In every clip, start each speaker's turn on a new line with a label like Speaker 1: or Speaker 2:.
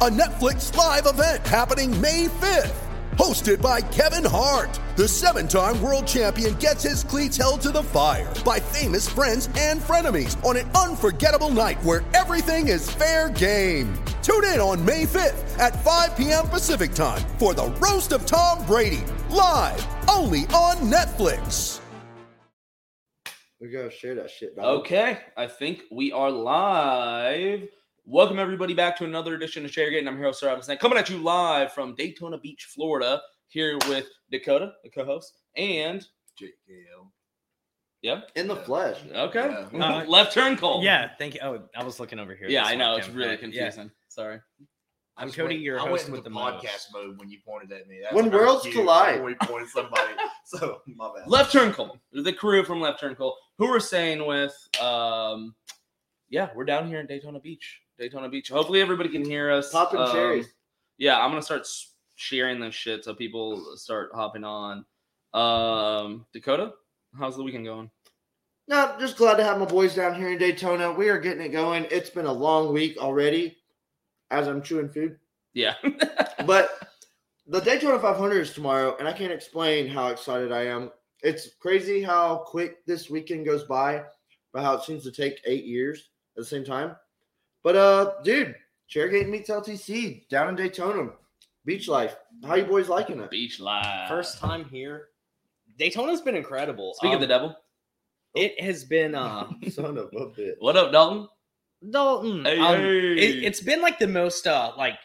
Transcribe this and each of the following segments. Speaker 1: a Netflix live event happening May 5th. Hosted by Kevin Hart, the seven time world champion gets his cleats held to the fire by famous friends and frenemies on an unforgettable night where everything is fair game. Tune in on May 5th at 5 p.m. Pacific time for the Roast of Tom Brady, live only on Netflix.
Speaker 2: We gotta share that shit. Dog.
Speaker 3: Okay, I think we are live. Welcome everybody back to another edition of Share Gate, and I'm your host, Sir Alex Knight, coming at you live from Daytona Beach, Florida, here with Dakota, the co-host, and
Speaker 4: JKL.
Speaker 3: yeah,
Speaker 2: In the flesh.
Speaker 3: okay,
Speaker 4: Yeah.
Speaker 3: Uh, left turn call.
Speaker 4: Yeah, thank you. Oh, I was looking over here.
Speaker 3: yeah,
Speaker 4: That's
Speaker 3: I
Speaker 4: why
Speaker 3: know it's
Speaker 4: can't
Speaker 3: really
Speaker 4: find it. Yeah.
Speaker 3: confusing. Sorry.
Speaker 4: I'm
Speaker 3: Just
Speaker 4: Cody,
Speaker 3: wait.
Speaker 4: your I host went with the into most. podcast mode when you pointed at me.
Speaker 2: When very worlds cute. collide.
Speaker 4: we pointed somebody. so my bad.
Speaker 3: Left turn call. The crew from Left Turn Call, who we're staying with. Um, yeah, we're down here in Daytona Beach. Daytona Beach. Hopefully everybody can hear us.
Speaker 2: Popping
Speaker 3: Um,
Speaker 2: cherries.
Speaker 3: yeah, I'm gonna start s- sharing this shit so people start hopping on. Um, Dakota, how's the weekend going?
Speaker 2: No, just glad to have my boys down here in Daytona. We are getting it going. It's been a long week already as I'm chewing food.
Speaker 3: Yeah,
Speaker 2: But the Daytona 500 is tomorrow, and I can't explain how excited I am. It's crazy how quick this weekend goes by, but how it seems to take eight years at the same time. But uh, dude, Chairgate meets LTC down in Daytona, beach life. How you boys liking it?
Speaker 3: beach live.
Speaker 5: first time here. Daytona's been incredible.
Speaker 3: Speaking of the
Speaker 5: Um,
Speaker 3: devil,
Speaker 5: it has been uh
Speaker 2: Son of a bitch.
Speaker 3: what up, Dalton?
Speaker 5: Dalton.
Speaker 3: Hey,
Speaker 5: um,
Speaker 3: hey.
Speaker 5: It, has been like the most uh like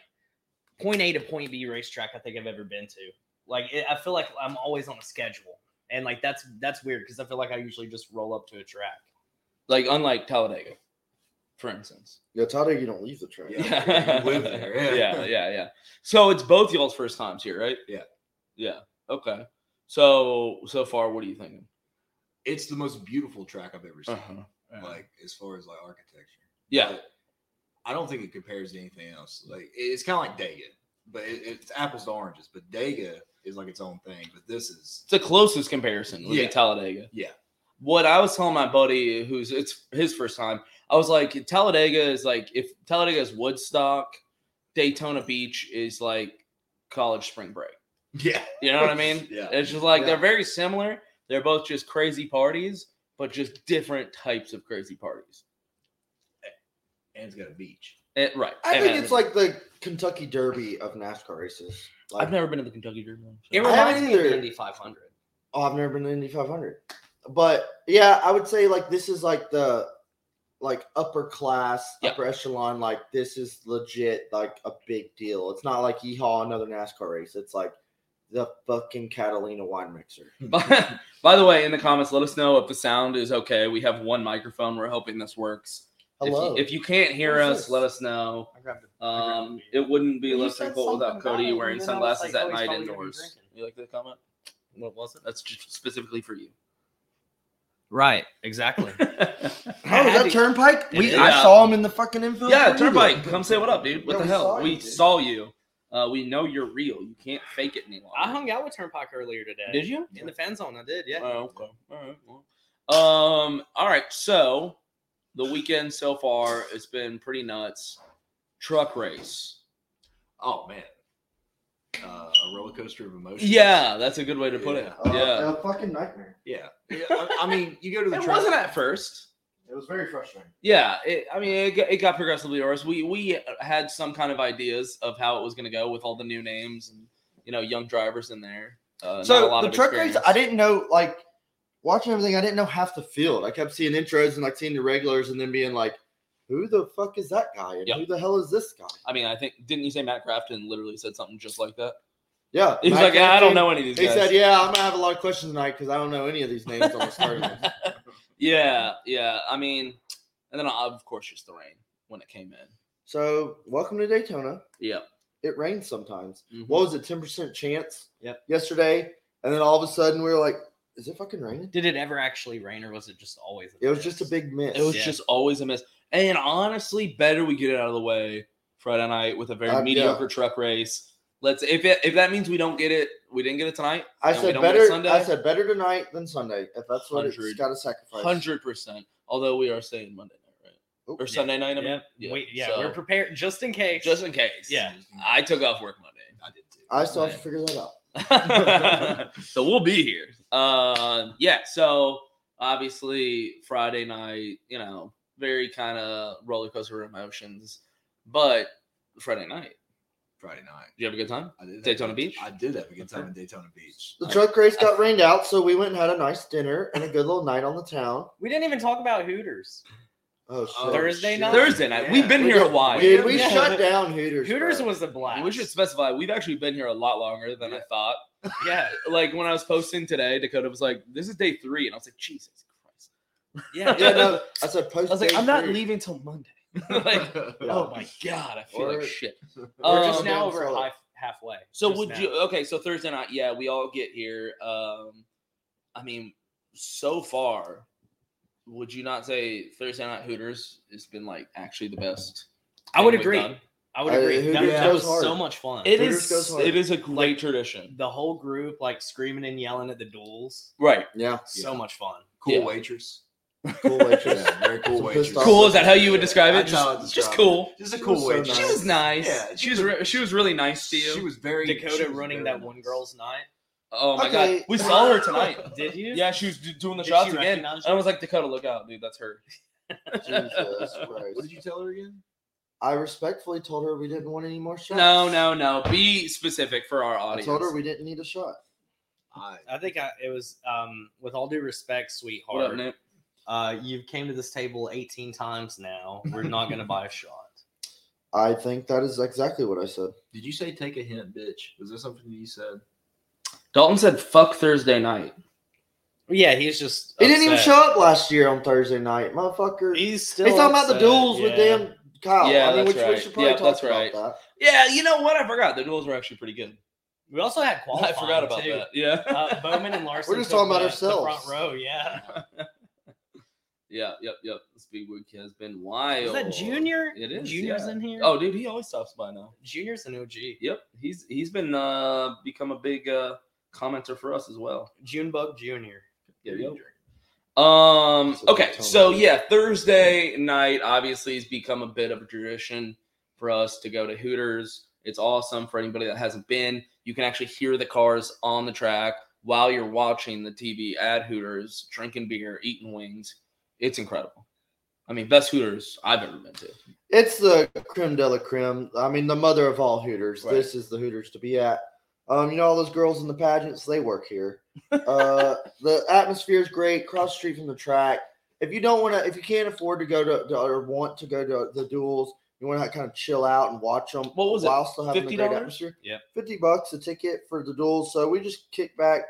Speaker 5: point A to point B racetrack I think I've ever been to. Like it, I feel like I'm always on a schedule, and like that's that's weird because I feel like I usually just roll up to a track.
Speaker 3: Like unlike Talladega, for instance.
Speaker 2: Yo, Tata, you don't leave the track.
Speaker 3: Yeah,
Speaker 4: you live there, yeah.
Speaker 3: yeah, yeah, yeah. So it's both y'all's first times here, right?
Speaker 4: Yeah.
Speaker 3: yeah. Okay. So so far, what are you thinking?
Speaker 4: It's the most beautiful track I've ever seen.
Speaker 3: Like,
Speaker 4: Like as far as like architecture,
Speaker 3: yeah,
Speaker 4: I don't think it compares to anything else. Like it's kind of like Dega, but it, it's apples to oranges. But Dega is like its own thing. But this is
Speaker 3: it's the closest comparison would
Speaker 4: Yeah.
Speaker 3: be Talladega.
Speaker 4: Yeah.
Speaker 3: What I was telling my buddy, who's it's his first time, I was like, Talladega is like if Talladega is Woodstock, Daytona Beach is like college spring break.
Speaker 4: yeah,
Speaker 3: You know what I mean?
Speaker 4: Yeah.
Speaker 3: It's just like
Speaker 2: Yeah.
Speaker 3: they're very similar. They're both just crazy parties, but just different types of crazy parties.
Speaker 4: and it's got a beach.
Speaker 3: Eh, right.
Speaker 2: I
Speaker 3: And
Speaker 2: think
Speaker 3: then-
Speaker 2: it's like the Kentucky Derby of NASCAR races. Like,
Speaker 3: I've never been to the Kentucky Derby. so-
Speaker 5: It
Speaker 2: I haven't
Speaker 5: reminds me of
Speaker 2: either.
Speaker 5: the Indy 500.
Speaker 2: oh, I've never been to Indy 500, but yeah, I would say like this is like the like upper class,
Speaker 3: Yeah.
Speaker 2: upper echelon. Like this is legit, like a big deal. It's not like yeehaw another NASCAR race. It's like the fucking Catalina wine mixer.
Speaker 5: Hmm.
Speaker 3: By, by the way, in the comments, let us know if the sound is okay. We have one microphone. We're hoping this works. If you-
Speaker 2: Hello.
Speaker 3: If you, can't hear
Speaker 2: What is
Speaker 3: us,
Speaker 2: this?
Speaker 3: let us know.
Speaker 5: I grabbed it.
Speaker 3: Um, it wouldn't be
Speaker 5: You
Speaker 3: less than
Speaker 5: said
Speaker 3: cool without
Speaker 5: something about
Speaker 3: Cody
Speaker 5: it,
Speaker 3: wearing
Speaker 5: and then I was
Speaker 3: sunglasses
Speaker 5: like,
Speaker 3: at
Speaker 5: oh, he's
Speaker 3: night
Speaker 5: probably gonna be
Speaker 3: indoors.
Speaker 5: drinking.
Speaker 3: You like that comment?
Speaker 5: What was it?
Speaker 3: That's just specifically for you.
Speaker 5: Right, exactly.
Speaker 2: oh, is that Turnpike? We
Speaker 3: is.
Speaker 2: I saw him Oh, in the fucking infield.
Speaker 3: yeah,
Speaker 2: for you.
Speaker 3: Turnpike, come say what up, dude. What
Speaker 2: Yeah,
Speaker 3: the
Speaker 2: we saw
Speaker 3: hell?
Speaker 2: you,
Speaker 3: we
Speaker 2: dude.
Speaker 3: saw you. Uh, we know you're real. You can't fake it any longer.
Speaker 5: I hung out with Turnpike earlier today.
Speaker 3: Did you?
Speaker 5: in the fan zone? I did. Yeah.
Speaker 3: Oh, okay. All right. Well. Um. All right. So the weekend so far, it's been pretty nuts. Truck race.
Speaker 4: Oh man, uh, a roller coaster of emotions.
Speaker 3: Yeah, that's a good way to put it.
Speaker 2: Uh,
Speaker 3: Yeah.
Speaker 2: a fucking nightmare.
Speaker 4: yeah. Yeah, I, I mean, you go to the
Speaker 3: It
Speaker 4: track-
Speaker 3: wasn't at first.
Speaker 2: It was very frustrating.
Speaker 3: Yeah. It, I mean, it, got- it got progressively worse. We we had some kind of ideas of how it was going to go with all the new names and you know young drivers in there. Uh, not a
Speaker 2: so
Speaker 3: lot
Speaker 2: the
Speaker 3: of
Speaker 2: truck race,
Speaker 3: experience.
Speaker 2: I didn't know like watching everything. I didn't know half the field. I kept seeing intros and like seeing the regulars, and then being like, "Who the fuck is that guy? And
Speaker 3: Yeah.
Speaker 2: who Oh, the hell is this guy?"
Speaker 3: I mean, I think didn't you say Matt Crafton literally said something just like that?
Speaker 2: Yeah.
Speaker 3: He's
Speaker 2: Matt
Speaker 3: like, I
Speaker 2: Kempe,
Speaker 3: don't know any of these
Speaker 2: He
Speaker 3: guys.
Speaker 2: said, "Yeah, I'm gonna have a lot of questions tonight because I don't know any of these names on the starting list."
Speaker 3: yeah, yeah. I mean, and then uh, of course just the rain when it came in.
Speaker 2: So, welcome to Daytona.
Speaker 3: Yeah.
Speaker 2: It rains sometimes.
Speaker 3: Mhm.
Speaker 2: What was it? Ten percent chance.
Speaker 3: Yep.
Speaker 2: Yesterday, and then all of a sudden we were like, "Is it fucking raining?"
Speaker 5: Did it ever actually rain, or was it just always?
Speaker 2: It was just a big miss.
Speaker 3: It was
Speaker 5: Yeah.
Speaker 3: just always a miss. And honestly, better we get it out of the way Friday night with a very
Speaker 2: Uh,
Speaker 3: mediocre truck race. Let's if it, if that means we don't get it, we didn't get it tonight.
Speaker 2: I
Speaker 3: and we
Speaker 2: said
Speaker 3: don't get it
Speaker 2: better.
Speaker 3: Sunday,
Speaker 2: I said better tonight than Sunday. If that's what it's
Speaker 3: 100.
Speaker 2: got to sacrifice.
Speaker 3: hundred percent. Although we are saying Monday night,
Speaker 2: Oh,
Speaker 3: right? Or Sunday night. I mean?
Speaker 5: Yeah, we, yeah
Speaker 3: so,
Speaker 5: we're prepared just in case.
Speaker 3: just in case.
Speaker 5: Yeah.
Speaker 3: I took off work Monday.
Speaker 4: I did too.
Speaker 2: I still have to figure that out.
Speaker 3: so we'll be here. Uh, yeah. So obviously Friday night, you know, very kind of roller coaster of emotions. But Friday night,
Speaker 4: Friday night.
Speaker 3: did you have a good time?
Speaker 4: I did have a
Speaker 3: Daytona
Speaker 4: good-
Speaker 3: Beach?
Speaker 4: I did have a good time in Daytona Beach.
Speaker 2: The truck race got rained out, so we went and had a nice dinner and a good little night on the town.
Speaker 5: we didn't even talk about Hooters.
Speaker 2: Oh, shit.
Speaker 4: Oh,
Speaker 5: Thursday
Speaker 4: shit.
Speaker 5: night?
Speaker 3: Thursday night. We've been
Speaker 2: We
Speaker 3: here a
Speaker 2: just-
Speaker 3: while.
Speaker 2: Dude, we
Speaker 5: Yeah.
Speaker 2: shut down Hooters.
Speaker 5: Hooters
Speaker 2: bro.
Speaker 5: was a blast.
Speaker 3: We should specify we've actually been here a lot longer than I thought.
Speaker 5: yeah,
Speaker 3: Like when I was posting today, Dakota was like, "This is day three. and I was like, "Jesus Christ!"
Speaker 5: yeah.
Speaker 2: Yeah, no, I said post.
Speaker 3: I was like,
Speaker 2: day
Speaker 3: "I'm not
Speaker 2: three.
Speaker 3: leaving till Monday." like,
Speaker 2: Yeah.
Speaker 3: oh my god, I feel
Speaker 2: Or-
Speaker 3: like shit.
Speaker 5: We're
Speaker 3: Um,
Speaker 5: just
Speaker 2: man,
Speaker 5: now over
Speaker 2: so-
Speaker 5: half, halfway.
Speaker 3: So
Speaker 5: Just
Speaker 3: would
Speaker 5: now.
Speaker 3: you? Okay, so Thursday night, yeah, we all get here. Um, I mean, so far, would you not say Thursday night Hooters has been like actually the best?
Speaker 5: I would
Speaker 3: thing we've
Speaker 5: agree.
Speaker 3: done?
Speaker 5: I would
Speaker 2: I-
Speaker 5: agree. that,
Speaker 2: Uh, Hooters
Speaker 5: that
Speaker 2: goes
Speaker 5: was so
Speaker 2: hard.
Speaker 5: much fun.
Speaker 3: It
Speaker 2: Hooters
Speaker 3: is.
Speaker 2: goes hard.
Speaker 3: It is a great tradition.
Speaker 5: the whole group like screaming and yelling at the duels.
Speaker 3: Right.
Speaker 2: Yeah,
Speaker 5: So much fun.
Speaker 4: Cool
Speaker 3: Yeah.
Speaker 4: waitress.
Speaker 2: cool waitress.
Speaker 4: Yeah, very cool
Speaker 2: Some
Speaker 4: waitress.
Speaker 2: pissed off-
Speaker 3: Cool. Is that how you would describe
Speaker 4: That's
Speaker 3: it?
Speaker 4: how I
Speaker 3: Just, just
Speaker 4: describe it.
Speaker 3: cool.
Speaker 4: Just a
Speaker 2: She
Speaker 4: cool
Speaker 2: was so
Speaker 4: waitress.
Speaker 2: nice.
Speaker 3: She was nice.
Speaker 4: Yeah,
Speaker 3: she was. Re- she was really nice to you.
Speaker 4: She was very she
Speaker 5: Dakota
Speaker 4: was
Speaker 5: running
Speaker 4: very
Speaker 5: that
Speaker 4: nice.
Speaker 5: one girl's night.
Speaker 3: oh my
Speaker 2: Okay.
Speaker 3: god, we saw her tonight.
Speaker 5: Did you?
Speaker 3: Yeah, she was d- doing the
Speaker 5: Did
Speaker 3: shots
Speaker 5: she
Speaker 3: again.
Speaker 5: recognize
Speaker 3: And I was like, Dakota, look out, dude. That's her.
Speaker 2: Jesus
Speaker 4: What did
Speaker 2: Christ.
Speaker 4: you tell her again?
Speaker 2: I respectfully told her we didn't want any more shots.
Speaker 3: No, no, no. Be specific for our
Speaker 2: I
Speaker 3: audience.
Speaker 2: told her we didn't need a shot.
Speaker 4: I
Speaker 5: I think I, it was. Um, with all due
Speaker 3: What
Speaker 5: respect,
Speaker 3: up,
Speaker 5: sweetheart,
Speaker 3: Nick?
Speaker 5: uh, you've came to this table 18 times now. We're not gonna buy a shot.
Speaker 2: I think that is exactly what I said.
Speaker 4: did you say take a hint, bitch? Was there something you said?
Speaker 3: Dalton said, "Fuck Thursday night."
Speaker 5: Yeah, he's just.
Speaker 2: He didn't even
Speaker 5: upset.
Speaker 2: show up last year on Thursday night, motherfucker. He's,
Speaker 5: He's still.
Speaker 2: talking about the
Speaker 5: upset,
Speaker 2: duels with
Speaker 5: yeah.
Speaker 2: damn Kyle.
Speaker 3: Yeah,
Speaker 2: I mean,
Speaker 3: that's
Speaker 2: which we
Speaker 3: right.
Speaker 2: should probably
Speaker 3: Yeah,
Speaker 2: talk
Speaker 3: that's
Speaker 2: about
Speaker 3: right.
Speaker 2: that.
Speaker 3: Yeah, you know what? I forgot the duels were actually pretty good.
Speaker 5: We also had
Speaker 3: I
Speaker 5: qualifying.
Speaker 3: forgot about
Speaker 5: too.
Speaker 3: that. Yeah,
Speaker 5: Uh, Bowman and Larson.
Speaker 2: just
Speaker 5: took
Speaker 2: talking about
Speaker 5: the- the
Speaker 2: ourselves.
Speaker 5: front row, yeah.
Speaker 3: yeah, yep, yep. This big week has been wild.
Speaker 5: Is that Junior?
Speaker 3: It is.
Speaker 5: Junior's
Speaker 3: yeah.
Speaker 5: in here.
Speaker 3: Oh, dude, he always stops by now.
Speaker 5: Junior's an OG.
Speaker 3: Yep, he's he's been uh become a big uh commenter for us as well.
Speaker 5: Junebug Junior.
Speaker 3: Yeah, yep. Um.
Speaker 2: So
Speaker 3: Okay.
Speaker 2: don't tell
Speaker 3: So
Speaker 2: me.
Speaker 3: yeah, Thursday night obviously has become a bit of a tradition for us to go to Hooters. It's awesome for anybody that hasn't been. You can actually hear the cars on the track while you're watching the TV at Hooters, drinking beer, eating wings. It's incredible. I mean, best Hooters I've ever been to.
Speaker 2: It's the creme de la creme. I mean, the mother of all Hooters.
Speaker 3: Right.
Speaker 2: This is the Hooters to be at. Um, you know, all those girls in the pageants, they work here. Uh, the atmosphere is great. Cross street from the track. If you don't want to, if you can't afford to go to, to- or want to go to the duels, you want to kind of chill out and watch them
Speaker 3: What was it?
Speaker 2: while still having a great
Speaker 3: $50?
Speaker 2: atmosphere.
Speaker 5: Yep.
Speaker 2: fifty bucks a ticket for the duels. So we just kick back.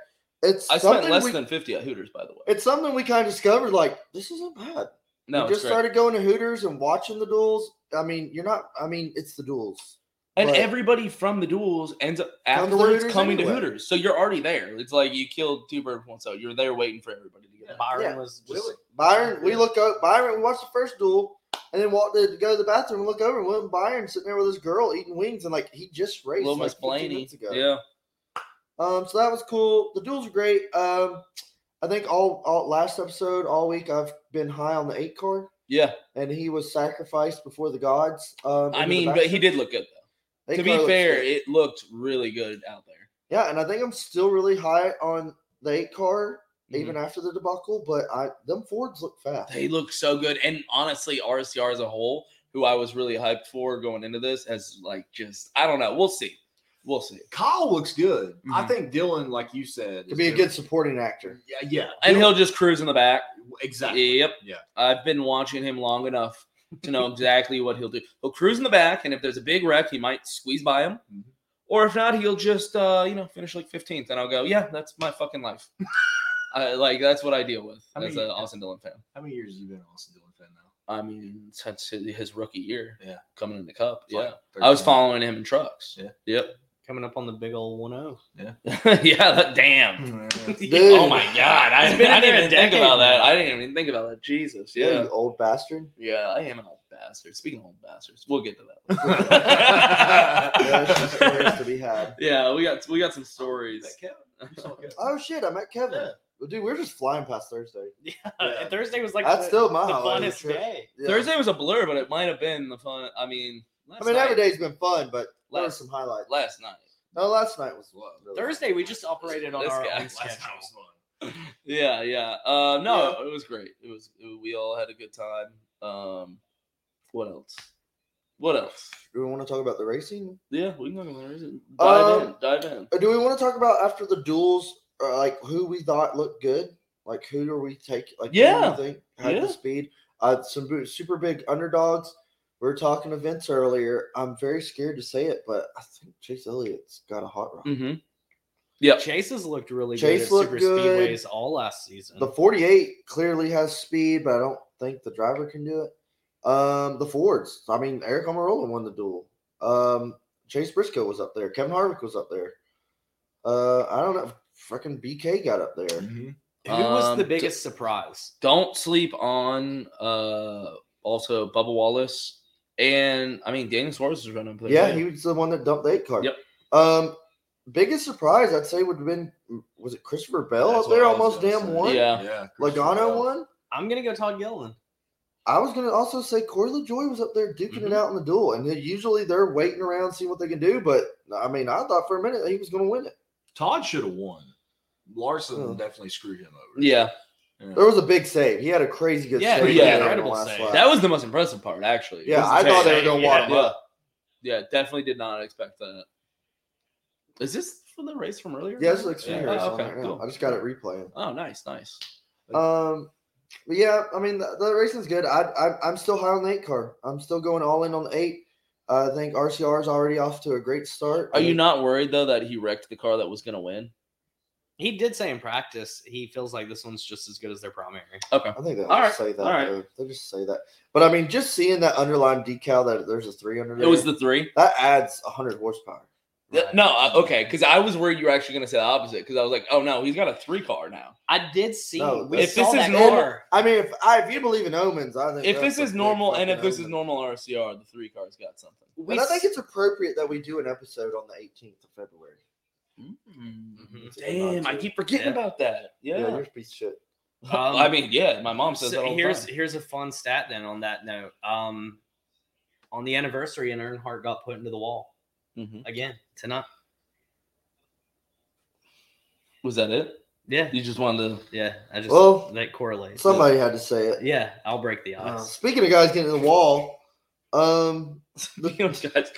Speaker 2: It's
Speaker 3: I spent
Speaker 2: something
Speaker 3: less
Speaker 2: we,
Speaker 3: than fifty at Hooters, by the way.
Speaker 2: It's something we kind of discovered. Like this isn't bad.
Speaker 3: No,
Speaker 2: we
Speaker 3: it's
Speaker 2: just
Speaker 3: great.
Speaker 2: started going to Hooters and watching the duels. I mean, you're not. I mean, it's the duels.
Speaker 3: and
Speaker 2: but-
Speaker 3: everybody from the duels ends up
Speaker 2: to
Speaker 3: afterwards
Speaker 2: Hooters
Speaker 3: coming
Speaker 2: anyway.
Speaker 3: to Hooters. So you're already there. It's like you killed two birds with one stone. You're there waiting for everybody to get. out.
Speaker 5: Byron
Speaker 2: Yeah,
Speaker 5: was just
Speaker 2: Really, Byron. We look up. Byron. We watched the first duel, and then walked to go to the bathroom. and Look over, and William Byron sitting there with his girl eating wings, and like he just raced
Speaker 3: Little
Speaker 2: like,
Speaker 3: Miss
Speaker 2: 15
Speaker 3: Blaney.
Speaker 2: minutes ago.
Speaker 3: Yeah.
Speaker 2: Um. So that was cool. The duels were great. Um. I think all, all last episode, all week, I've been high on the eight card,
Speaker 3: Yeah.
Speaker 2: and he was sacrificed before the gods. Um,
Speaker 3: I
Speaker 2: into the
Speaker 3: mean, but he
Speaker 2: backstretch.
Speaker 3: did look good though.
Speaker 2: Eight
Speaker 3: To
Speaker 2: card
Speaker 3: be
Speaker 2: looks
Speaker 3: fair,
Speaker 2: good.
Speaker 3: it looked really good out there.
Speaker 2: Yeah, and I think I'm still really high on the eight car, even
Speaker 5: Mm-hmm.
Speaker 2: after the debacle. But I them Fords look fast.
Speaker 3: Mm-hmm. They look so good. And honestly, RCR as a whole, who I was really hyped for going into this, has like just I don't know. We'll see. We'll see.
Speaker 4: Kyle looks good. I
Speaker 3: Mhm.
Speaker 4: think Dylan, like you said,
Speaker 2: could
Speaker 4: is
Speaker 2: be a
Speaker 4: doing-
Speaker 2: good supporting actor.
Speaker 4: Yeah, yeah,
Speaker 3: And he'll just cruise in the back.
Speaker 4: exactly.
Speaker 3: Yep.
Speaker 4: Yeah.
Speaker 3: I've been watching him long enough to know exactly what he'll do. He'll cruise in the back, and if there's a big wreck, he might squeeze by him.
Speaker 4: Mhm.
Speaker 3: Or if not, he'll just uh, you know finish like 15th, and I'll go, yeah, that's my fucking life. I, like that's what I deal with
Speaker 4: I
Speaker 3: as
Speaker 4: mean-
Speaker 3: an Austin Dillon fan.
Speaker 4: How many years have you been an Austin Dillon fan now?
Speaker 3: I mean, since his his rookie year,
Speaker 4: Yeah.
Speaker 3: coming in the cup,
Speaker 4: It's
Speaker 3: yeah.
Speaker 4: like
Speaker 3: I was
Speaker 4: 13.
Speaker 3: following him in trucks.
Speaker 4: Yeah.
Speaker 3: Yep.
Speaker 5: Coming up on the big old one oh. zero.
Speaker 3: yeah. That, damn. Oh my god! I, I
Speaker 5: It's been
Speaker 3: didn't
Speaker 5: in there a
Speaker 3: even think
Speaker 5: decade
Speaker 3: about that.
Speaker 5: now.
Speaker 3: I didn't even think about that. Jesus.
Speaker 2: Yeah,
Speaker 3: Yeah.
Speaker 2: you old bastard.
Speaker 3: Yeah, I am an old bastard. Speaking of old bastards, we'll get to
Speaker 2: Yeah, it's just stories to
Speaker 3: that.
Speaker 2: be had.
Speaker 3: yeah, we got we got some stories.
Speaker 2: Oh shit, I met Kevin. Well, Dude, we're just flying past Thursday.
Speaker 5: And Thursday was like
Speaker 2: That's
Speaker 5: the,
Speaker 2: still my
Speaker 5: the
Speaker 2: highlight of the
Speaker 5: funnest
Speaker 2: trip.
Speaker 5: day.
Speaker 2: Yeah.
Speaker 3: Thursday was a blur, but it might have been the fun. I mean, last
Speaker 2: I mean,
Speaker 3: night,
Speaker 2: every day's been fun, but there were
Speaker 3: Last-
Speaker 2: some highlights.
Speaker 3: Last night.
Speaker 2: No, last night was low. really.
Speaker 5: Thursday we just operated on
Speaker 3: This
Speaker 5: our
Speaker 3: guy.
Speaker 5: own
Speaker 3: Last
Speaker 5: schedule.
Speaker 3: Yeah, yeah. Uh, no, it was great. It was. we all had a good time. Um, what else? What else?
Speaker 2: Do we want to talk about the racing?
Speaker 3: Yeah, we can talk about it. Dive
Speaker 2: Um,
Speaker 3: in. Dive in.
Speaker 2: Or do we want to talk about after the duels, or like who we thought looked good? Like who are we taking? Like who do we
Speaker 3: Yeah.
Speaker 2: think had
Speaker 3: Yeah.
Speaker 2: the speed? Uh, some bo- super big underdogs. We were talking events earlier. I'm very scared to say it, but I think Chase Elliott's got a hot rod.
Speaker 3: Mm-hmm. Yep.
Speaker 5: Chase's looked really
Speaker 2: Chase
Speaker 5: good at
Speaker 2: looked
Speaker 5: super
Speaker 2: good.
Speaker 5: speedways all last season.
Speaker 2: The 48 clearly has speed, but I don't think the driver can do it. Um, the Fords. I mean, Eric Almirola won the duel. Um, Chase Briscoe was up there. Kevin Harvick was up there. Uh, I don't know. Freaking BK got up there.
Speaker 5: Who was
Speaker 3: Um,
Speaker 5: the
Speaker 3: d-
Speaker 5: biggest surprise?
Speaker 3: Don't sleep on uh also Bubba Wallace and I mean Daniel Suarez is running up there.
Speaker 2: Yeah,
Speaker 3: too.
Speaker 2: he was the one that dumped the eight car.
Speaker 3: Yep.
Speaker 2: Um, biggest surprise I'd say would have been was it Christopher Bell
Speaker 4: That's
Speaker 2: up
Speaker 4: what
Speaker 2: there
Speaker 4: I was
Speaker 2: almost
Speaker 4: gonna
Speaker 2: damn
Speaker 4: say.
Speaker 2: won.
Speaker 3: Yeah.
Speaker 2: Logano won.
Speaker 5: I'm gonna go Todd Gilliland.
Speaker 2: I was gonna also say Corey LaJoy was up there duking it
Speaker 3: Mhm.
Speaker 2: out in the duel, and they- usually they're waiting around see what they can do. But I mean, I thought for a minute that he was gonna win it.
Speaker 4: Todd should have won. Larson
Speaker 2: Oh.
Speaker 4: definitely screwed him over.
Speaker 3: Yeah.
Speaker 4: Yeah.
Speaker 2: There was a big save. He had a crazy good
Speaker 5: Yeah,
Speaker 2: save.
Speaker 3: yeah,
Speaker 2: there on the
Speaker 5: incredible
Speaker 2: last
Speaker 5: save.
Speaker 2: lap.
Speaker 3: That was the most impressive part, actually.
Speaker 2: yeah,
Speaker 3: Was
Speaker 2: I
Speaker 3: the
Speaker 2: thought they were
Speaker 3: save.
Speaker 2: gonna wad him
Speaker 3: Yeah.
Speaker 2: up.
Speaker 3: Yeah, definitely did not expect that. Is this for the race from earlier?
Speaker 2: Yeah, it's like Xfinity
Speaker 3: Yeah.
Speaker 2: race
Speaker 3: Oh,
Speaker 2: on
Speaker 3: okay,
Speaker 2: right now.
Speaker 3: cool.
Speaker 2: I just got it replaying.
Speaker 3: Oh, nice, nice.
Speaker 2: Um, but yeah, I mean the, the racing's good. I, I I'm still high on the eight car. I'm still going all in on the eight. I think RCR is already off to a great start.
Speaker 3: Are you
Speaker 2: not?
Speaker 3: not worried though that he wrecked the car that was gonna win?
Speaker 5: He did say in practice he feels like this one's just as good as their primary.
Speaker 2: I think they
Speaker 3: All right,
Speaker 2: say that.
Speaker 3: all right.
Speaker 2: though. They just say that. But I mean, just seeing that underlined decal that there's a three under
Speaker 3: It
Speaker 2: there,
Speaker 3: was the three.
Speaker 2: that adds 100 horsepower.
Speaker 3: Yeah, No, I- okay, because I was worried you were actually gonna say the opposite. Because I was like, oh no, he's got a three car now.
Speaker 5: I did see.
Speaker 2: No,
Speaker 5: we
Speaker 2: if
Speaker 3: this
Speaker 5: saw
Speaker 3: is
Speaker 5: that
Speaker 3: normal-
Speaker 5: car.
Speaker 2: I mean, if I if you believe in omens, I think
Speaker 3: If
Speaker 2: that's
Speaker 3: this
Speaker 2: a
Speaker 3: is
Speaker 2: big
Speaker 3: normal and
Speaker 2: fucking
Speaker 3: if this is
Speaker 2: omen.
Speaker 3: normal RCR, the three car's got something.
Speaker 5: We
Speaker 2: and I think
Speaker 5: s-
Speaker 2: it's appropriate that we do an episode on the 18th of February.
Speaker 5: Mhm.
Speaker 3: Damn, I keep Mm-hmm. forgetting
Speaker 5: Yeah.
Speaker 3: about that. Yeah.
Speaker 2: Yeah, you're a piece of shit.
Speaker 5: Um,
Speaker 3: I mean, yeah, my mom says
Speaker 5: so
Speaker 3: that all the
Speaker 5: here's
Speaker 3: time.
Speaker 5: here's a fun stat then on that note. Um, on the anniversary, and Earnhardt got put into the wall
Speaker 3: Mhm.
Speaker 5: again tonight.
Speaker 3: Was that it?
Speaker 5: Yeah,
Speaker 3: You just wanted to.
Speaker 5: yeah. I just
Speaker 2: Well,
Speaker 5: that correlates.
Speaker 2: Somebody had to say it.
Speaker 5: Yeah, I'll break the
Speaker 2: Uh,
Speaker 5: odds.
Speaker 2: speaking of guys getting in the wall, um,
Speaker 3: Speaking of guys,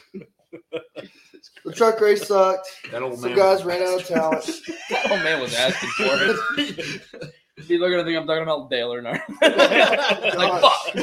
Speaker 2: the truck race sucked.
Speaker 4: That old
Speaker 2: Some
Speaker 4: man.
Speaker 2: guys ran out of talent.
Speaker 3: that old Oh, man was asking for it. People are gonna think I'm talking about Dale or not. like fuck.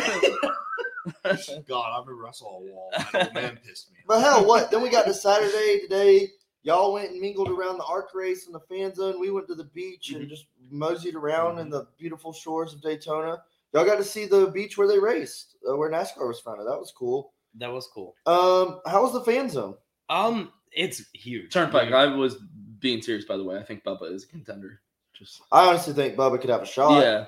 Speaker 4: God, I remember I saw a wall. That old man pissed me.
Speaker 2: But hell, what? Then we got to Saturday today. Y'all went and mingled around the arc race and the fan zone. We went to the beach
Speaker 4: Mm-hmm.
Speaker 2: and just moseyed around in the beautiful shores of Daytona. Y'all got to see the beach where they raced, uh, where NASCAR was founded. That was cool.
Speaker 5: That was cool.
Speaker 2: Um, how was the fan zone?
Speaker 5: Um, it's huge.
Speaker 3: Turnpike. I was being serious, by the way. I think Bubba is a contender. Just
Speaker 2: I honestly think Bubba could have a shot.
Speaker 3: yeah,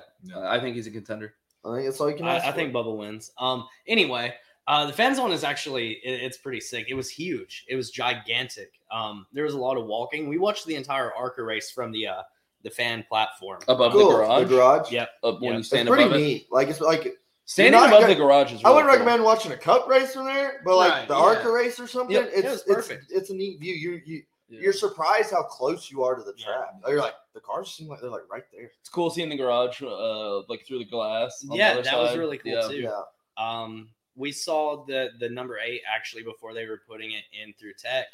Speaker 3: I think he's a contender.
Speaker 2: I think that's all you can ask.
Speaker 5: I, I
Speaker 2: for.
Speaker 5: think Bubba wins. Um, anyway, uh, the fan zone is actually it- it's pretty sick. It was huge. It was gigantic. Um, there was a lot of walking. We watched the entire ARCA race from the uh, the fan platform.
Speaker 3: Above
Speaker 2: cool.
Speaker 3: the garage,
Speaker 2: garage.
Speaker 5: Yep.
Speaker 3: Up when
Speaker 5: Yeah.
Speaker 3: you
Speaker 2: It's
Speaker 3: stand
Speaker 2: pretty
Speaker 3: above
Speaker 2: neat. Like it's like
Speaker 3: it. Standing
Speaker 2: You're not
Speaker 3: above
Speaker 2: gonna-
Speaker 3: the garage is.
Speaker 2: I
Speaker 3: really
Speaker 2: would
Speaker 3: cool.
Speaker 2: recommend watching a cup race from there, but like
Speaker 5: Right,
Speaker 2: the
Speaker 5: yeah.
Speaker 2: ARCA race or something,
Speaker 5: Yep, yeah,
Speaker 2: it's,
Speaker 5: it's perfect.
Speaker 2: It's, it's a neat view. You you
Speaker 3: Yeah.
Speaker 2: you're surprised how close you are to the
Speaker 5: Yeah.
Speaker 2: track. You're like the cars seem like they're like right there.
Speaker 3: It's cool seeing the garage, uh, like through the glass. on the
Speaker 5: yeah,
Speaker 3: other
Speaker 5: that was
Speaker 3: side.
Speaker 5: really cool
Speaker 3: Yeah.
Speaker 5: too.
Speaker 2: Yeah,
Speaker 5: Um, we saw the the number eight actually before they were putting it in through tech,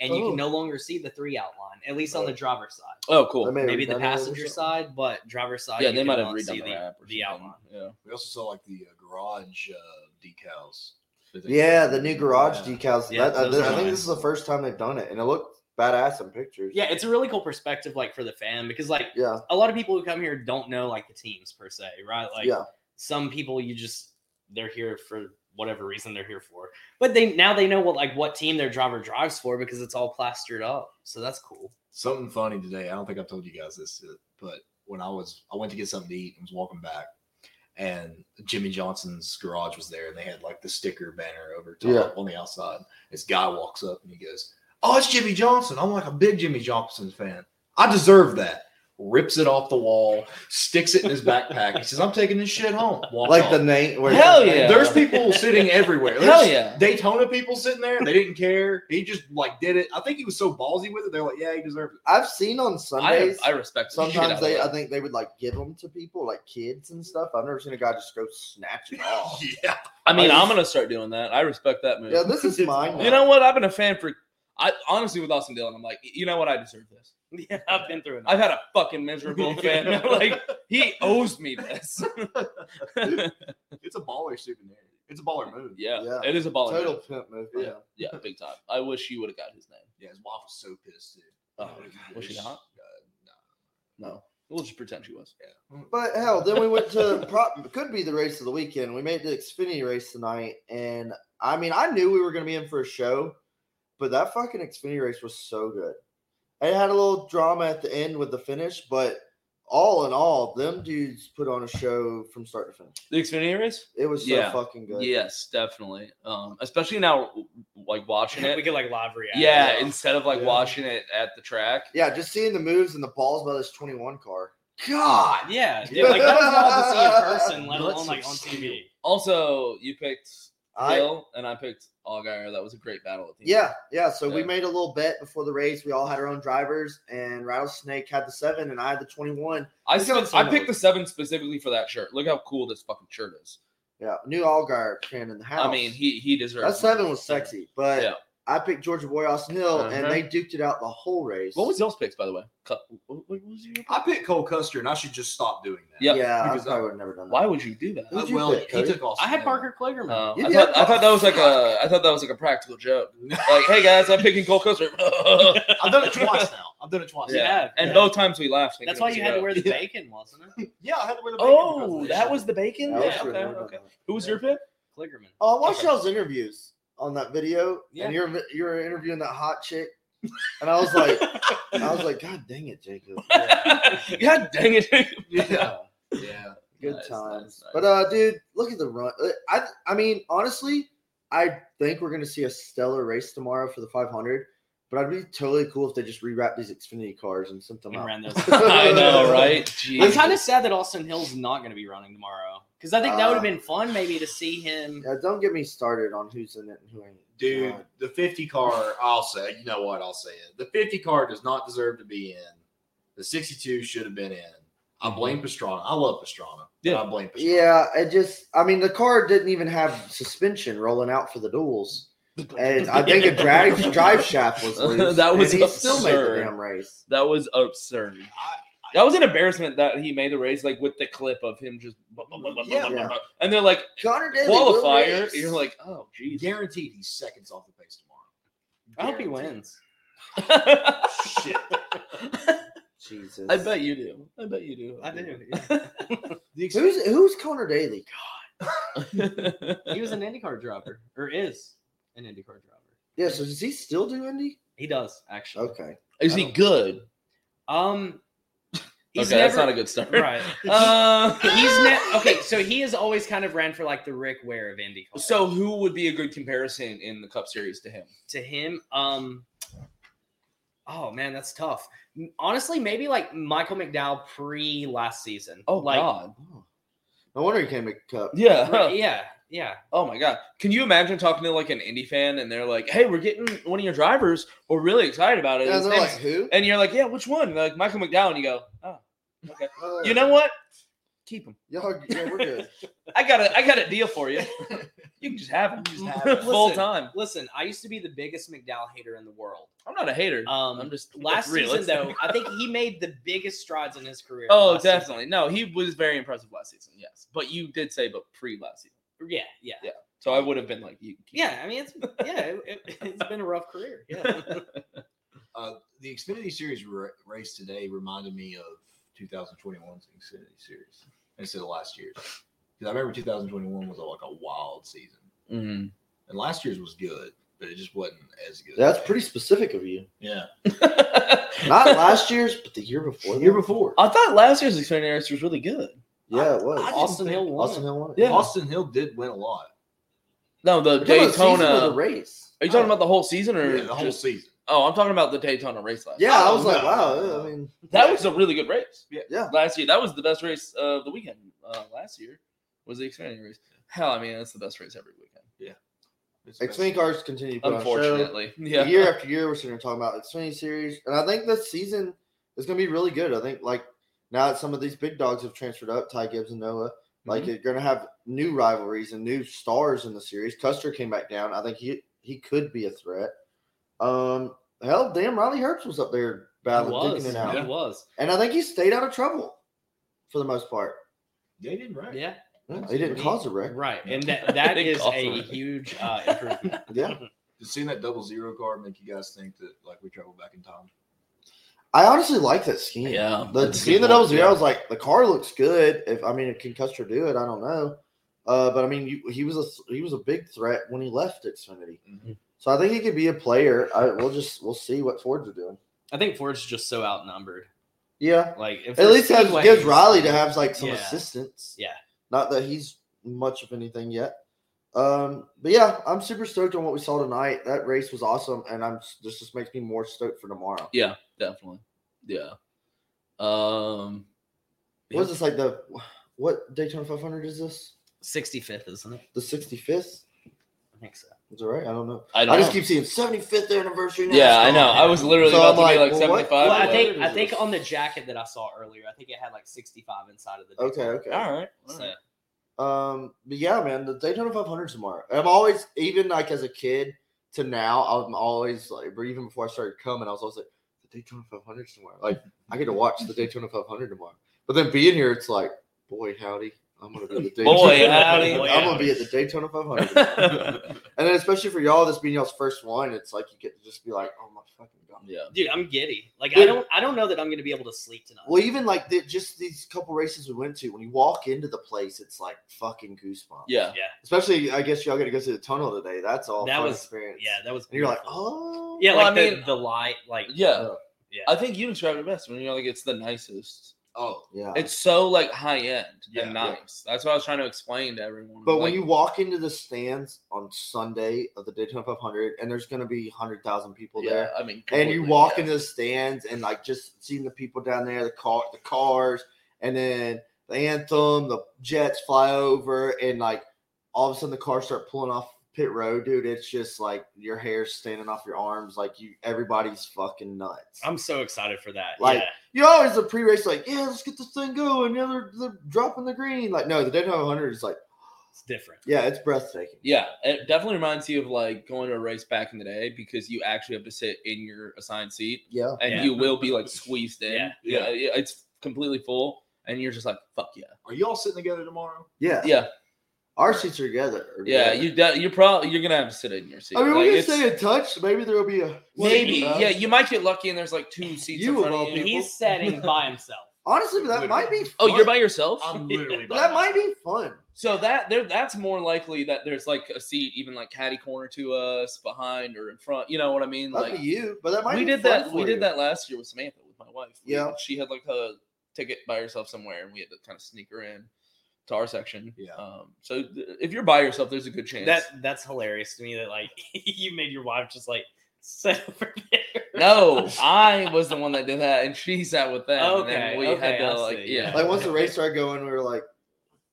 Speaker 5: and you
Speaker 2: Oh.
Speaker 5: can no longer see the three outline at least on the driver's side.
Speaker 3: Oh,
Speaker 2: They
Speaker 3: cool.
Speaker 2: may have
Speaker 5: Maybe the
Speaker 2: redone that or
Speaker 5: passenger
Speaker 2: something.
Speaker 5: side, but driver's side.
Speaker 3: Yeah,
Speaker 5: you
Speaker 3: they might
Speaker 5: cannot
Speaker 3: have
Speaker 5: see
Speaker 3: redone the
Speaker 5: the,
Speaker 3: app or
Speaker 5: the
Speaker 3: something.
Speaker 5: outline.
Speaker 3: Yeah.
Speaker 4: We also saw like the uh, garage uh, decals.
Speaker 2: Yeah, the new garage
Speaker 4: Yeah.
Speaker 2: decals.
Speaker 5: Yeah,
Speaker 2: that, I,
Speaker 5: those are
Speaker 2: I think
Speaker 5: nice.
Speaker 2: this is the first time they've done it, and it looked badass in pictures.
Speaker 5: Yeah, it's a really cool perspective, like for the fan, because like
Speaker 2: yeah,
Speaker 5: a lot of people who come here don't know like the teams per se, right? Like
Speaker 2: yeah.
Speaker 5: some people you just they're here for whatever reason they're here for, but they now they know what like what team their driver drives for because it's all plastered up. So that's cool.
Speaker 4: Something funny today. I don't think I've told you guys this, uh, but when I was, I went to get something to eat and was walking back, and Jimmy Johnson's garage was there, and they had like the sticker banner over top
Speaker 2: Yeah.
Speaker 4: on the outside. This guy walks up and he goes, "Oh, it's Jimmy Johnson." I'm like a big Jimmy Johnson fan. I deserve that. Rips it off the wall, sticks it in his backpack. He says, "I'm taking this shit home." Walked
Speaker 2: Like
Speaker 4: off.
Speaker 2: the name. where-
Speaker 3: Hell yeah.
Speaker 4: There's people sitting everywhere. There's
Speaker 3: Hell yeah.
Speaker 4: Daytona people sitting there. They didn't care. He just like did it. I think he was so ballsy with it. They're like, yeah, he deserved it.
Speaker 2: I've seen on
Speaker 3: I,
Speaker 2: Sundays.
Speaker 3: I respect the shit out
Speaker 2: sometimes
Speaker 3: of
Speaker 2: they,
Speaker 3: that.
Speaker 2: I think they would like give them to people, like kids and stuff. I've never seen a guy just go snatch it off.
Speaker 4: Yeah.
Speaker 3: I mean,
Speaker 2: I
Speaker 3: I'm
Speaker 2: just-
Speaker 3: gonna start doing that. I respect that move.
Speaker 2: yeah, this is mine.
Speaker 3: you know what? I've been a fan for. I honestly with Austin Dillon, I'm like, you know what? I deserve this.
Speaker 5: Yeah, I've been through it.
Speaker 3: I've had a fucking miserable fan. like he owes me this.
Speaker 4: It's a baller souvenir. It's a baller move. Yeah,
Speaker 3: yeah,
Speaker 2: Yeah.
Speaker 3: it is a ball.
Speaker 2: total pimp move.
Speaker 4: Yeah.
Speaker 2: Yeah.
Speaker 3: Yeah, big time. I wish you would have got his name.
Speaker 4: his wife was so pissed. Dude.
Speaker 3: Oh,
Speaker 4: my God.
Speaker 3: was she not? No, we'll just pretend she was.
Speaker 4: Yeah.
Speaker 2: But hell, then we went to pro- could be the race of the weekend. We made the Xfinity race tonight, and I mean, I knew we were going to be in for a show, but that fucking Xfinity race was so good. It had a little drama at the end with the finish, but all in all, them dudes put on a show from start to finish.
Speaker 3: The Xfinity race?
Speaker 2: It was so
Speaker 3: Yeah.
Speaker 2: fucking good.
Speaker 3: Yes, definitely. Um, especially now, like watching
Speaker 5: we
Speaker 3: it.
Speaker 5: could like live react.
Speaker 3: Yeah, instead of like
Speaker 2: Yeah.
Speaker 3: watching it at the track.
Speaker 2: Yeah, just seeing the moves and the balls by this 21 car.
Speaker 4: God.
Speaker 5: yeah, dude, like that was wild to see in person, let
Speaker 4: Nuts
Speaker 5: alone like
Speaker 4: of
Speaker 5: on TV.
Speaker 3: Also, you picked
Speaker 2: I
Speaker 3: Hill and I picked Allgaier. That was a great battle. At the end.
Speaker 2: yeah, yeah. So we
Speaker 3: Yeah.
Speaker 2: made a little bet before the race. We all had our own drivers, and Rattlesnake had the seven, and I had the 21.
Speaker 3: I
Speaker 2: Let's go
Speaker 3: said
Speaker 2: with
Speaker 3: I
Speaker 2: Sonoda.
Speaker 3: picked the seven specifically for that shirt. Look how cool this fucking shirt is.
Speaker 2: Yeah, new Allgaier fan in the house.
Speaker 3: I mean, he he deserves
Speaker 2: that seven was sexy, but
Speaker 3: Yeah.
Speaker 2: I picked Georgia Boy Austin Hill, and
Speaker 3: Uh-huh.
Speaker 2: they duked it out the whole race.
Speaker 3: What was y'all's picks, by the way? Cu- What, what was your?
Speaker 4: I picked Cole Custer, and I should just stop doing that.
Speaker 3: Yeah,
Speaker 2: yeah, I
Speaker 4: because
Speaker 2: probably
Speaker 4: I-
Speaker 2: would have never done that.
Speaker 3: Why would you do that?
Speaker 2: Who'd
Speaker 4: Uh,
Speaker 2: you
Speaker 4: well,
Speaker 2: pick,
Speaker 4: he
Speaker 2: Cody?
Speaker 4: took off.
Speaker 5: I had Parker Kligerman.
Speaker 3: Um,
Speaker 2: You
Speaker 3: I
Speaker 2: did
Speaker 3: thought I
Speaker 2: that.
Speaker 3: thought that was like a I thought that was like a practical joke. Like, hey guys, I'm picking Cole Custer.
Speaker 4: I've done it twice now. I've done it twice.
Speaker 5: Yeah.
Speaker 3: and
Speaker 5: yeah.
Speaker 3: both times we laughed. thinking
Speaker 5: That's
Speaker 3: it
Speaker 5: why
Speaker 3: was
Speaker 5: you
Speaker 3: a
Speaker 5: had to
Speaker 3: joke.
Speaker 5: wear the bacon, wasn't it?
Speaker 4: Yeah, I had to wear the bacon because
Speaker 3: Oh,
Speaker 4: of
Speaker 3: that
Speaker 4: shit.
Speaker 3: was the bacon.
Speaker 2: I
Speaker 3: Yeah,
Speaker 2: also
Speaker 3: okay,
Speaker 2: would have never done
Speaker 3: okay.
Speaker 2: that.
Speaker 3: Who was your pick?
Speaker 5: Kligerman.
Speaker 2: Oh, I watched
Speaker 3: Okay.
Speaker 2: y'all's interviews on that video,
Speaker 5: Yeah.
Speaker 2: and you're you're interviewing that hot chick, and I was like, I was like, God dang it, Jacob.
Speaker 3: God dang it!
Speaker 4: Yeah. Yeah.
Speaker 2: Good
Speaker 3: Nice,
Speaker 2: times.
Speaker 3: nice, nice.
Speaker 2: But uh, dude, look at the run. Uh, I I mean, honestly, I think we're gonna see a stellar race tomorrow for the 500. But I'd be totally cool if they just rewrap these Xfinity cars and sent them
Speaker 5: We
Speaker 2: out.
Speaker 5: ran those.
Speaker 3: I know, right?
Speaker 5: I'm
Speaker 3: Jeez.
Speaker 5: kind of sad that Austin Hill's not going to be running tomorrow because I think that would
Speaker 3: Uh,
Speaker 5: have been fun, maybe to see him.
Speaker 2: Yeah, don't get me started on who's in it and who ain't.
Speaker 4: Dude,
Speaker 2: God.
Speaker 4: the 50 car, I'll say, you know what? I'll say it. The 50 car does not deserve to be in. The 62 should have been in. I blame Pastrana. I love Pastrana. Yeah.
Speaker 3: Mm-hmm. Yeah.
Speaker 4: I blame Pastrana.
Speaker 2: Yeah, I just, I mean, the car didn't even have suspension rolling out for the duels, and I think a drag drive shaft was loose.
Speaker 3: That was
Speaker 2: and he still made
Speaker 3: absurd.
Speaker 2: the damn race.
Speaker 3: That was absurd. That was an embarrassment that he made the race, like with the clip of him just.
Speaker 4: Yeah.
Speaker 2: Yeah.
Speaker 3: And they're like
Speaker 2: Connor Daly will
Speaker 3: qualifier.
Speaker 2: race.
Speaker 3: You're like, oh, jeez.
Speaker 4: Guaranteed he's seconds off the pace tomorrow.
Speaker 5: I hope he wins.
Speaker 3: Shit.
Speaker 2: Jesus.
Speaker 3: I bet you do. I bet you do.
Speaker 5: I do.
Speaker 4: The ex-
Speaker 2: Who's who's Connor Daly?
Speaker 5: He was an IndyCar driver, or is an IndyCar driver.
Speaker 2: Yeah, so does he still do Indy?
Speaker 5: He does actually.
Speaker 2: Okay.
Speaker 3: Is he good?
Speaker 5: Um, he's
Speaker 3: okay, that's
Speaker 5: never
Speaker 3: not a good start.
Speaker 5: right.
Speaker 3: Uh,
Speaker 5: He's ne- okay. So he has always kind of ran for like the Rick Ware of IndyCar.
Speaker 3: So who would be a good comparison in the Cup Series to him?
Speaker 5: to him, um, oh man, that's tough. Honestly, maybe like Michael McDowell pre last season. like,
Speaker 3: Oh, God.
Speaker 2: No wonder he came to Cup.
Speaker 5: Right,
Speaker 3: Yeah.
Speaker 5: yeah, yeah.
Speaker 3: Oh my God. Can you imagine talking to like an indie fan and they're like, "Hey, we're getting one of your drivers. We're really excited about it."
Speaker 2: Yeah,
Speaker 3: His
Speaker 2: they're like,
Speaker 3: name's-"
Speaker 2: who?
Speaker 3: and you're like, "Yeah, which one?" And they're like Michael McDowell. And you go, "Oh, okay.
Speaker 2: Uh,
Speaker 3: You know what? Keep him.
Speaker 2: y'all, yeah, we're good.
Speaker 3: I got a I got a deal for you. You can just have him.
Speaker 4: just have him.
Speaker 3: full
Speaker 5: Listen.
Speaker 3: time.
Speaker 5: Listen, I used to be the biggest McDowell hater in the world.
Speaker 3: I'm not a hater.
Speaker 5: Um,
Speaker 3: I'm just
Speaker 5: last
Speaker 3: realistic.
Speaker 5: season though, I think he made the biggest strides in his career.
Speaker 3: Oh,
Speaker 5: last season.
Speaker 3: definitely. No, he was very impressive last season. Yes, but you did say, but pre last season.
Speaker 5: Yeah, yeah,
Speaker 3: Yeah. So I would have been like, you keep-
Speaker 5: Yeah, I mean, it's yeah, it, it, it's been a rough career. Yeah,
Speaker 4: Uh, the Xfinity Series ra- race today reminded me of 2021's Xfinity Series instead of last year's. Because I remember 2021 was like a wild season,
Speaker 3: Mm.
Speaker 4: and last year's was good, but it just wasn't as good.
Speaker 2: That's pretty specific of you.
Speaker 4: Yeah,
Speaker 2: Not last year's, but the year before.
Speaker 4: the year
Speaker 2: that.
Speaker 4: before.
Speaker 3: I thought last year's Xfinity Race was really good.
Speaker 2: Yeah, it was.
Speaker 4: I- I didn't
Speaker 5: Austin
Speaker 4: think-
Speaker 5: Hill won.
Speaker 2: Austin Hill won it.
Speaker 3: Yeah.
Speaker 4: Austin Hill did win a lot.
Speaker 3: No, the
Speaker 2: We're talking about the season
Speaker 3: Daytona.
Speaker 2: or the race.
Speaker 3: Are you talking about the whole season or
Speaker 4: Yeah, the whole
Speaker 3: just-
Speaker 4: season.
Speaker 3: Oh, I'm talking about the Daytona race last.
Speaker 2: Yeah, I was
Speaker 4: Oh,
Speaker 2: like,
Speaker 4: no.
Speaker 2: wow. I mean,
Speaker 3: that was a really good race.
Speaker 2: Yeah.
Speaker 3: last year that was the best race of the weekend. Uh, last year was the Xfinity race. Hell, I mean, that's the best race every weekend.
Speaker 4: It's the best
Speaker 2: Xfinity cars continue to put on show.
Speaker 3: Unfortunately, yeah.
Speaker 2: year after year we're sitting here talking about Xfinity series, and I think this season is going to be really good. I think like now that some of these big dogs have transferred up, Ty Gibbs and Noah,
Speaker 3: Mm-hmm.
Speaker 2: like you're going to have new rivalries and new stars in the series. Custer came back down. I think he he could be a threat. Um, hell, damn, Riley Herbst was up there
Speaker 5: it
Speaker 2: battling,
Speaker 5: was.
Speaker 2: digging it out,
Speaker 5: It was.
Speaker 2: and I think he stayed out of trouble for the most part.
Speaker 4: Yeah, he did right.
Speaker 5: Yeah,
Speaker 2: He didn't cause a wreck.
Speaker 5: right. And that that
Speaker 3: They
Speaker 5: is
Speaker 3: call
Speaker 5: a
Speaker 3: it.
Speaker 5: huge uh, improvement.
Speaker 2: Yeah,
Speaker 4: Just seeing that double zero card make you guys think that like we travel back in time.
Speaker 2: I honestly like that scheme.
Speaker 3: Yeah,
Speaker 2: The
Speaker 3: that's a
Speaker 2: seeing
Speaker 3: good
Speaker 2: the double
Speaker 3: one,
Speaker 2: zero,
Speaker 3: yeah.
Speaker 2: I was like, the car looks good. If I mean, if can Custer do it? I don't know. Uh, but I mean, you, he was a he was a big threat when he left Xfinity.
Speaker 4: Mhm.
Speaker 2: So I think he could be a player. I, we'll just we'll see what Fords are doing.
Speaker 5: I think Ford's just so outnumbered.
Speaker 2: Yeah,
Speaker 5: Like, if
Speaker 2: at
Speaker 5: there's
Speaker 2: least have,
Speaker 5: Speedways-
Speaker 2: gives Riley to have like some
Speaker 5: Yeah.
Speaker 2: assistance.
Speaker 5: Yeah.
Speaker 2: not that he's much of anything yet. Um, but yeah, I'm super stoked on what we saw tonight. That race was awesome, and I'm this just makes me more stoked for tomorrow.
Speaker 3: Yeah, definitely. Yeah. Um.
Speaker 2: What is this like the what Daytona 500 is this?
Speaker 5: 65th, isn't it?
Speaker 2: The 65th.
Speaker 5: I think so.
Speaker 2: Is that right? I don't know.
Speaker 3: I
Speaker 2: I,
Speaker 3: don't.
Speaker 2: just
Speaker 3: know.
Speaker 2: keep seeing 75th anniversary. Now.
Speaker 3: Yeah, I know. I was literally
Speaker 2: So
Speaker 3: about
Speaker 2: I'm
Speaker 3: to
Speaker 2: like,
Speaker 3: be like
Speaker 2: well, what-
Speaker 3: 75.
Speaker 5: Well,
Speaker 2: what
Speaker 5: I
Speaker 3: but-
Speaker 5: think
Speaker 2: whatever it
Speaker 5: I think
Speaker 2: is.
Speaker 5: on the jacket that I saw earlier, I think it had like 65 inside of the.
Speaker 2: Okay, okay.
Speaker 3: All right. all
Speaker 5: So,
Speaker 3: right.
Speaker 2: Um, but yeah, man, the Daytona 500 tomorrow. I'm always, even like as a kid to now, I'm always like, or even before I started coming, I was always like, the Daytona 500 tomorrow. Like, I get to watch the Daytona 500 tomorrow. But then being here, it's like, boy, howdy, I'm gonna be at the Daytona.
Speaker 3: Boy,
Speaker 2: 500.
Speaker 3: howdy. Boy,
Speaker 2: I'm gonna
Speaker 3: howdy.
Speaker 2: be at the Daytona 500. and then especially for y'all, this being y'all's first one, it's like you get to just be like, oh my fucking god.
Speaker 3: yeah.
Speaker 5: dude, I'm giddy. Like, I
Speaker 2: Dude.
Speaker 5: don't I don't know that I'm gonna be able to sleep tonight.
Speaker 2: Well, even like the, just these couple races we went to, when you walk into the place, it's like fucking goosebumps.
Speaker 3: Yeah.
Speaker 2: Especially, I guess y'all got to go through the tunnel today. That's all
Speaker 5: That
Speaker 2: fun
Speaker 5: was-
Speaker 2: experience.
Speaker 5: yeah, that was.
Speaker 2: And you're like,
Speaker 5: beautiful.
Speaker 2: oh.
Speaker 5: Yeah,
Speaker 3: Well,
Speaker 5: like
Speaker 3: I
Speaker 5: the,
Speaker 3: mean-
Speaker 5: the light, like
Speaker 3: Yeah.
Speaker 5: yeah.
Speaker 3: I think you described it best when you're like, it's the nicest.
Speaker 4: Oh,
Speaker 2: Yeah.
Speaker 3: It's so like high end
Speaker 4: Yeah, yeah.
Speaker 3: and nice. That's what I was trying to explain to everyone.
Speaker 2: but
Speaker 3: like,
Speaker 2: when you walk into the stands on Sunday of the Daytona 500, and there's going to be 100,000 people
Speaker 3: yeah,
Speaker 2: there.
Speaker 3: I mean,
Speaker 2: and you
Speaker 3: completely,
Speaker 2: walk
Speaker 3: yeah.
Speaker 2: into the stands and like just seeing the people down there, the car, the cars, and then the anthem, the jets fly over, and like all of a sudden the cars start pulling off pit road, dude. It's just like your hair's standing off your arms, like you everybody's fucking nuts.
Speaker 5: I'm so excited for that.
Speaker 2: Like,
Speaker 5: yeah.
Speaker 2: you always the pre-race like, yeah, let's get this thing going. Yeah, they're, they're dropping the green. Like, no, the Daytona 100 is like,
Speaker 5: It's different.
Speaker 2: yeah, it's breathtaking.
Speaker 3: Yeah, it definitely reminds you of like going to a race back in the day because you actually have to sit in your assigned seat
Speaker 2: Yeah,
Speaker 3: and
Speaker 5: Yeah.
Speaker 3: you will be like squeezed in.
Speaker 5: Yeah.
Speaker 3: yeah, yeah, it's completely full, and you're just like, fuck yeah.
Speaker 4: are you all sitting together tomorrow?
Speaker 2: yeah,
Speaker 3: Yeah,
Speaker 2: Our seats are together. are
Speaker 3: yeah.
Speaker 2: together.
Speaker 3: You de- you're probably you're gonna have to sit in your seat.
Speaker 2: I mean,
Speaker 3: Like,
Speaker 2: we can
Speaker 3: it's-
Speaker 2: stay in touch. Maybe there will be a
Speaker 3: maybe.
Speaker 2: Uh,
Speaker 3: Yeah, you might get lucky and there's like two seats.
Speaker 2: You
Speaker 3: in
Speaker 2: of
Speaker 3: front
Speaker 2: all
Speaker 3: of you.
Speaker 2: people.
Speaker 5: He's setting by himself.
Speaker 2: Honestly, but that might be.
Speaker 3: Oh,
Speaker 2: fun.
Speaker 3: you're by yourself.
Speaker 4: I'm literally.
Speaker 2: But that might be fun.
Speaker 3: so that there, that's more likely that there's like a seat, even like catty corner to us, behind or in front. You know what I mean?
Speaker 2: Not
Speaker 3: Like
Speaker 2: for you, but that might.
Speaker 3: we
Speaker 2: be
Speaker 3: did
Speaker 2: fun
Speaker 3: that.
Speaker 2: for
Speaker 3: We
Speaker 2: you.
Speaker 3: did that last year with Samantha, with my wife. We-
Speaker 2: Yeah.
Speaker 3: she had like a ticket by herself somewhere, and we had to kind of sneak her in to our section.
Speaker 4: Yeah.
Speaker 3: Um, so th- if you're by yourself, there's a good chance.
Speaker 5: That that's hilarious to me. That like you made your wife just like sit over there.
Speaker 3: no, I was the one that did that, and she sat with them. and then
Speaker 5: Okay,
Speaker 3: we
Speaker 5: okay,
Speaker 3: had to
Speaker 5: I
Speaker 3: like,
Speaker 5: see,
Speaker 3: yeah,
Speaker 5: yeah.
Speaker 2: Like once the race started going, we were like,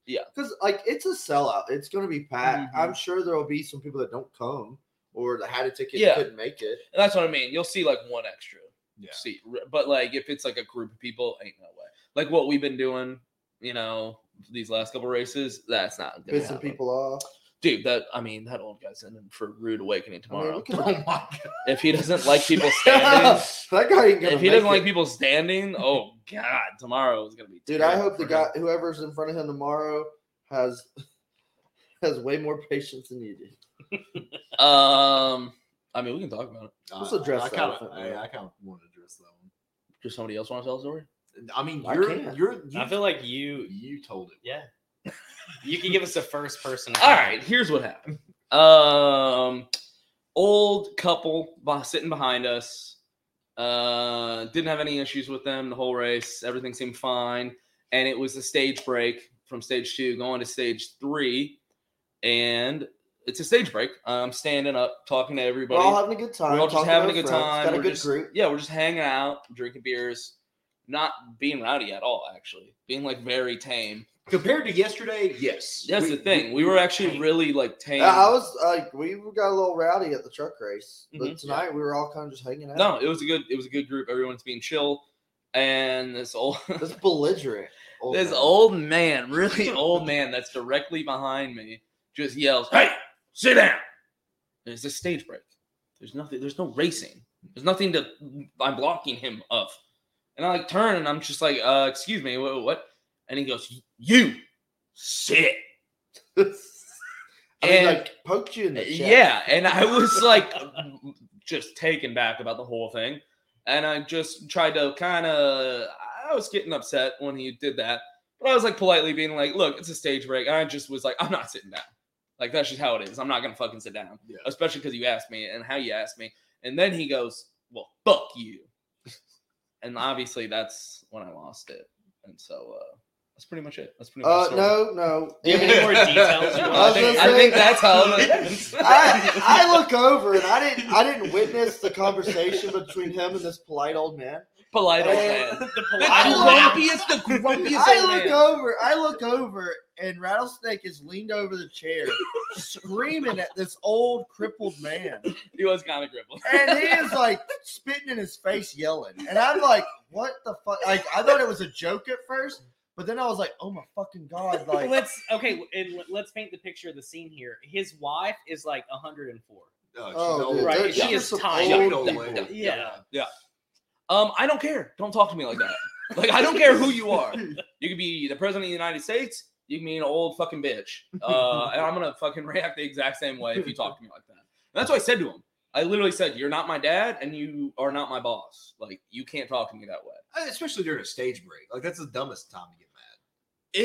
Speaker 3: Yeah.
Speaker 2: because like it's a sellout. It's going to be packed.
Speaker 3: Mhm.
Speaker 2: I'm sure there will be some people that don't come or that had a ticket
Speaker 3: Yeah.
Speaker 2: and couldn't make it.
Speaker 3: And that's what I mean. You'll see like one extra
Speaker 4: Yeah.
Speaker 3: seat, R- but like if it's like a group of people, ain't no way. Like what we've been doing, you know, these last couple races, that's not gonna
Speaker 2: Pissing
Speaker 3: happen.
Speaker 2: people off.
Speaker 3: Dude, that I mean, that old guy's in for a rude awakening
Speaker 2: I mean,
Speaker 3: tomorrow.
Speaker 2: look at
Speaker 4: Oh my god.
Speaker 3: if he doesn't like people standing,
Speaker 2: that guy ain't gonna.
Speaker 3: if he doesn't
Speaker 2: make
Speaker 3: like
Speaker 2: it.
Speaker 3: people standing, oh god, tomorrow is gonna be.
Speaker 2: dude, I
Speaker 3: terrible
Speaker 2: hope the
Speaker 3: for
Speaker 2: guy,
Speaker 3: him.
Speaker 2: whoever's in front of him tomorrow, has has way more patience than you do.
Speaker 3: Um, I mean, we can talk about it.
Speaker 2: Let's address
Speaker 4: I,
Speaker 2: that
Speaker 4: kind
Speaker 2: elephant
Speaker 4: of,
Speaker 2: in the
Speaker 4: I,
Speaker 2: room.
Speaker 4: I kind of want to address that one.
Speaker 3: Does somebody else want to tell a story?
Speaker 4: I mean,
Speaker 2: I
Speaker 4: you're,
Speaker 2: can't.
Speaker 4: you're, you,
Speaker 5: I feel like you,
Speaker 4: you told it.
Speaker 5: yeah. You can give us a first person.
Speaker 3: All right, here's what happened. Um, old couple by, sitting behind us. Uh, didn't have any issues with them the whole race. Everything seemed fine, and it was a stage break from stage two going to stage three, and it's a stage break. I'm standing up talking to
Speaker 2: We're
Speaker 3: everybody.
Speaker 2: all having a good time.
Speaker 3: we're all just
Speaker 2: talking
Speaker 3: having a
Speaker 2: to our
Speaker 3: good
Speaker 2: friends,
Speaker 3: time.
Speaker 2: Got a
Speaker 3: we're
Speaker 2: good
Speaker 3: just,
Speaker 2: group.
Speaker 3: Yeah, we're just hanging out, drinking beers, not being rowdy at all. Actually, being like very tame.
Speaker 4: Compared to yesterday, yes.
Speaker 3: That's
Speaker 4: We-
Speaker 3: the thing. We were actually really like tame.
Speaker 2: Yeah, I was like, we got a little rowdy at the truck race, but
Speaker 3: Mhm.
Speaker 2: tonight we were all kind of just hanging out.
Speaker 3: no, it was a good. It was a good group. Everyone's being chill, and this old,
Speaker 2: this belligerent. Old
Speaker 3: this
Speaker 2: man.
Speaker 3: old man, really old man, that's directly behind me, just yells, "Hey, sit down!" There's a stage break. There's nothing. There's no racing. There's nothing to. I'm blocking him of, and I like turn and I'm just like, uh, "Excuse me, what?" what? And he goes, "You sit."
Speaker 2: I mean,
Speaker 3: and-
Speaker 2: like poked you in the chest.
Speaker 3: Uh, Yeah, and I was like just taken back about the whole thing. And I just tried to kind of I was getting upset when he did that. But I was like politely being like, "Look, it's a stage break." And I just was like, "I'm not sitting down." Like that's just how it is. I'm not going to fucking sit down.
Speaker 4: Yeah.
Speaker 3: Especially cuz you asked me and how you asked me. And then he goes, "Well, fuck you." and obviously that's when I lost it. And so uh that's pretty much it. That's pretty much
Speaker 2: Uh,
Speaker 3: the story.
Speaker 2: no, no.
Speaker 5: Do you have any more details? you
Speaker 2: I
Speaker 5: want?
Speaker 2: was gonna
Speaker 3: I think that's how it ends.
Speaker 2: I, I look over and I didn't I didn't witness the conversation between him and this polite old man.
Speaker 3: polite old
Speaker 2: And-
Speaker 3: man.
Speaker 5: The
Speaker 3: The
Speaker 5: polite old man.
Speaker 3: grumpiest, the grumpiest
Speaker 2: I
Speaker 3: old
Speaker 2: look
Speaker 3: man.
Speaker 2: over, I look over, and Rattlesnake is leaned over the chair, screaming at this old crippled man.
Speaker 3: He was kind of crippled.
Speaker 2: And he is like spitting in his face, yelling. And I'm like, what the fuck? Like, I thought it was a joke at first, but then I was like, oh my fucking god, like
Speaker 5: let's okay. And let's paint the picture of the scene here. His wife is like 104.
Speaker 4: Oh, she's
Speaker 2: Oh,
Speaker 4: old.
Speaker 2: dude,
Speaker 5: Right,
Speaker 2: they're
Speaker 5: she
Speaker 2: just
Speaker 5: is
Speaker 2: some
Speaker 5: tied.
Speaker 2: old
Speaker 4: She's old
Speaker 2: people.
Speaker 4: lady.
Speaker 5: Yeah.
Speaker 3: Um, I don't care. Don't talk to me like that. Like I don't care who you are. You could be the president of the United States. You can be an old fucking bitch. Uh, and I'm gonna fucking react the exact same way if you talk to me like that. And that's what I said to him. I literally said, "You're not my dad, and you are not my boss. Like you can't talk to me that way."
Speaker 4: Especially during a stage break. Like, that's the dumbest time to get mad.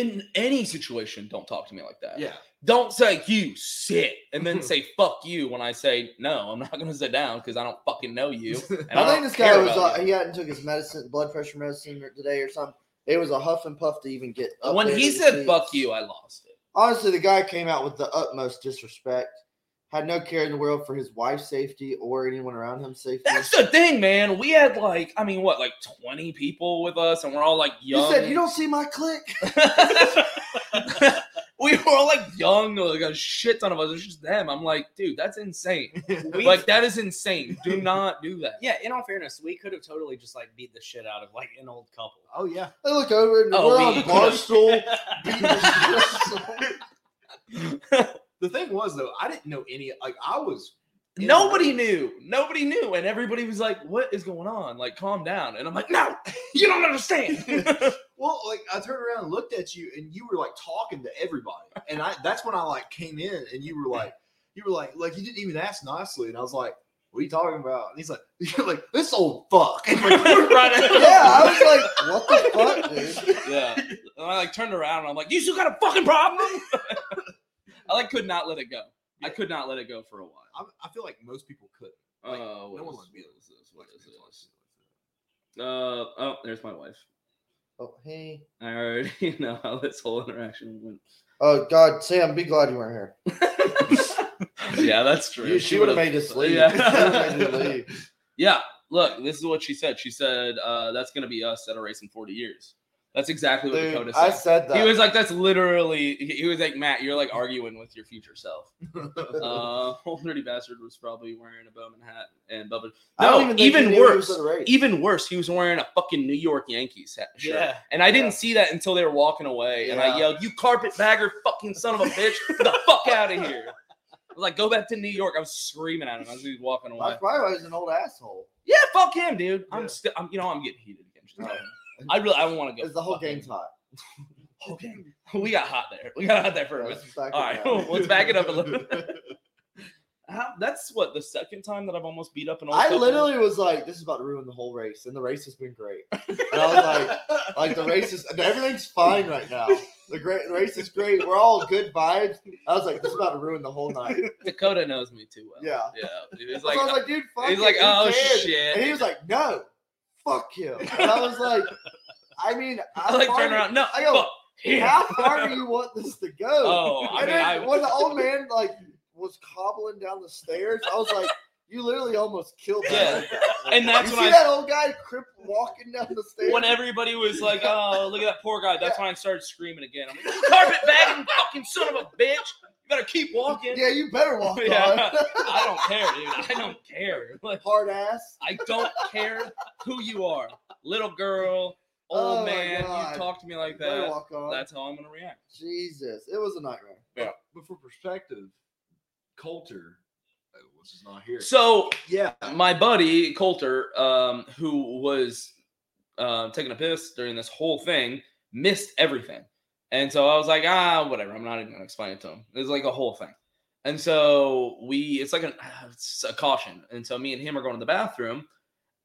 Speaker 3: In any situation, don't talk to me like that.
Speaker 4: Yeah.
Speaker 3: Don't say you sit and then say fuck you when I say no. I'm not gonna sit down because I don't fucking know you. And
Speaker 2: I
Speaker 3: don't
Speaker 2: think this
Speaker 3: care
Speaker 2: guy was
Speaker 3: about
Speaker 2: like,
Speaker 3: you.
Speaker 2: he hadn't took his medicine, blood pressure medicine today or something. It was a huff and puff to even get up
Speaker 3: when
Speaker 2: there
Speaker 3: he
Speaker 2: to
Speaker 3: said
Speaker 2: see.
Speaker 3: fuck you, I lost it.
Speaker 2: Honestly, the guy came out with the utmost disrespect. Had no care in the world for his wife's safety or anyone around him's safety.
Speaker 3: That's the thing, man. We had like, I mean, what, like twenty people with us, and we're all like
Speaker 2: you
Speaker 3: young.
Speaker 2: said you don't see my click.
Speaker 3: we were all like young, like a shit ton of us. It's just them. I'm like, dude, that's insane.
Speaker 5: We-
Speaker 3: Like that is insane. Do not do that.
Speaker 5: yeah. In all fairness, we could have totally just like beat the shit out of like an old couple.
Speaker 4: Oh, yeah.
Speaker 2: I look over and
Speaker 3: Oh,
Speaker 2: we're
Speaker 3: we
Speaker 2: on
Speaker 3: could've-
Speaker 2: barstool. beating the shit.
Speaker 4: The thing was, though, I didn't know any. Like, I was. in the
Speaker 3: Nobody
Speaker 4: race.
Speaker 3: knew. Nobody knew, and everybody was like, "What is going on? Like, calm down." And I'm like, "No, you don't understand."
Speaker 4: Well, like I turned around and looked at you, and you were like talking to everybody, and I that's when I like came in, and you were like, you were like, like you didn't even ask nicely, and I was like, what are you talking about? And he's like, you're like this old fuck. And, like, we were right at-
Speaker 2: yeah, I was like, what the fuck, dude?
Speaker 3: yeah. And I like turned around and I'm like, you still got a fucking problem? I like could not let it go. I could not let it go for a while.
Speaker 4: I, I feel like most people could. Like,
Speaker 3: Oh, what
Speaker 4: no one
Speaker 3: is-
Speaker 4: likes me.
Speaker 3: what is this? What is this? Uh, oh, there's my wife.
Speaker 2: Oh, hey.
Speaker 3: I already know how this whole interaction went.
Speaker 2: Oh, God, Sam, be glad you weren't here.
Speaker 3: yeah, that's true.
Speaker 2: You, she would have made us
Speaker 3: us
Speaker 2: leave.
Speaker 3: Yeah.
Speaker 2: She would've made me leave.
Speaker 3: yeah. Look, this is what she said. She said, uh, that's going to be us at a race in 40 years. That's exactly what
Speaker 2: Dude,
Speaker 3: Dakota
Speaker 2: I
Speaker 3: said.
Speaker 2: said that.
Speaker 3: He was like, that's literally, he he was like, Matt, you're like arguing with your future self. Uh, Old Dirty Bastard was probably wearing a Bowman hat and Bubba.
Speaker 2: I don't
Speaker 3: uh, No,
Speaker 2: think
Speaker 3: even
Speaker 2: he knew he was
Speaker 3: worse.
Speaker 2: in the race.
Speaker 3: Even worse, he was wearing a fucking New York Yankees hat. Shirt.
Speaker 5: Yeah.
Speaker 3: And I didn't
Speaker 2: Yeah.
Speaker 3: see that until they were walking away. And I
Speaker 2: Yeah.
Speaker 3: yelled, You carpetbagger, fucking son of a bitch, get the fuck out of here. I was like, Go back to New York. I was screaming at him as he was walking away.
Speaker 2: That's probably why he was an old asshole.
Speaker 3: Yeah, fuck him, dude. I'm
Speaker 2: Yeah.
Speaker 3: still, I'm, you know, I'm getting heated again. Just
Speaker 2: Oh.
Speaker 3: I really, I want to go.
Speaker 2: It's the whole
Speaker 3: fucking-
Speaker 2: game's hot.
Speaker 3: Oh, dang. We got hot there. We got hot there for a minute.
Speaker 2: Let's back it
Speaker 3: All right,
Speaker 2: down.
Speaker 3: let's back it up a little bit. How- that's what the second time that I've almost beat up an old.
Speaker 2: I
Speaker 3: couple?
Speaker 2: literally was like, "This is about to ruin the whole race," and the race has been great. And I was like, "Like the race is everything's fine right now. The great the race is great. We're all good vibes." I was like, "This is about to ruin the whole night."
Speaker 3: Dakota knows me too well.
Speaker 2: Yeah.
Speaker 3: yeah. He's
Speaker 2: So
Speaker 3: like, uh,
Speaker 2: I was like, "Dude, fuck
Speaker 3: he's
Speaker 2: it,
Speaker 3: like,
Speaker 2: who
Speaker 3: oh
Speaker 2: cares?"
Speaker 3: shit.
Speaker 2: And he was like, "No, fuck him." And I was like, "I mean,
Speaker 3: I
Speaker 2: I
Speaker 3: like turn around. No,
Speaker 2: I go,
Speaker 3: fuck him.
Speaker 2: How far do you want this to go?"
Speaker 3: Oh, I
Speaker 2: and
Speaker 3: mean,
Speaker 2: then
Speaker 3: I-
Speaker 2: when the old man like was cobbling down the stairs, I was like, "You literally almost killed that."
Speaker 3: Yeah.
Speaker 2: old guy."
Speaker 3: And that's
Speaker 2: you
Speaker 3: when
Speaker 2: see
Speaker 3: I-
Speaker 2: that old guy crip walking down the stairs.
Speaker 3: when everybody was like, "Oh, look at that poor guy," that's when I started screaming again. I'm like, "Carpet bagging fucking son of a bitch! You better keep walking."
Speaker 2: yeah, you better walk
Speaker 3: Yeah.
Speaker 2: on.
Speaker 3: I don't care, dude. I don't care. Like,
Speaker 2: Hard ass.
Speaker 3: I don't care who you are, little girl, old
Speaker 2: Oh my
Speaker 3: man.
Speaker 2: God.
Speaker 3: You talk to me like
Speaker 2: You better
Speaker 3: that.
Speaker 2: walk on.
Speaker 3: That's how I'm gonna react.
Speaker 2: Jesus, it was a nightmare.
Speaker 4: But for perspective, Coulter, uh, which is not here.
Speaker 3: So
Speaker 4: yeah,
Speaker 3: my buddy Coulter, um, who was uh, taking a piss during this whole thing, missed everything, and so I was like, ah, whatever. I'm not even gonna explain it to him. It's like a whole thing, and so we, it's like an, uh, it's a caution, and so me and him are going to the bathroom,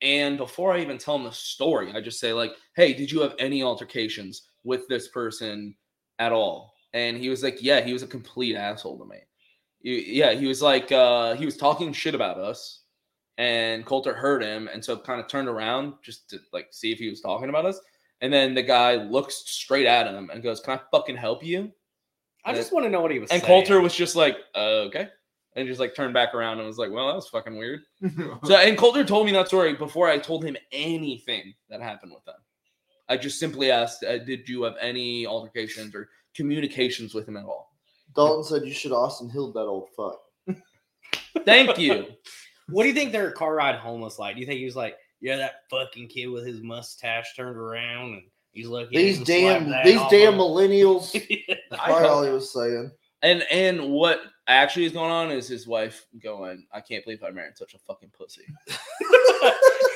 Speaker 3: and before I even tell him the story, I just say like, hey, did you have any altercations with this person at all? And he was like, yeah, he was a complete asshole to me. Y- Yeah, he was like, uh, he was talking shit about us and Coulter heard him, and so kind of turned around just to like see if he was talking about us. And then the guy looks straight at him and goes, "Can I fucking help you?"
Speaker 5: I just want to know what he was.
Speaker 3: And
Speaker 5: saying.
Speaker 3: Coulter was just like, uh, "Okay," and just like turned back around and was like, "Well, that was fucking weird." So, and Coulter told me that story before I told him anything that happened with them. I just simply asked, uh, "Did you have any altercations or communications with him at all?"
Speaker 2: Dalton said you should Austin Hill that old fuck.
Speaker 3: Thank you.
Speaker 5: What do you think their car ride home was like? Do you think he was like, yeah, that fucking kid with his mustache turned around and he's lucky. I
Speaker 2: these
Speaker 5: didn't slap
Speaker 2: damn,
Speaker 5: that
Speaker 2: these
Speaker 5: off
Speaker 2: damn
Speaker 5: him."
Speaker 2: millennials. That's
Speaker 3: I
Speaker 2: probably
Speaker 3: hope-
Speaker 2: all he was saying.
Speaker 3: And and what actually is going on is his wife going, I can't believe I married such a fucking pussy.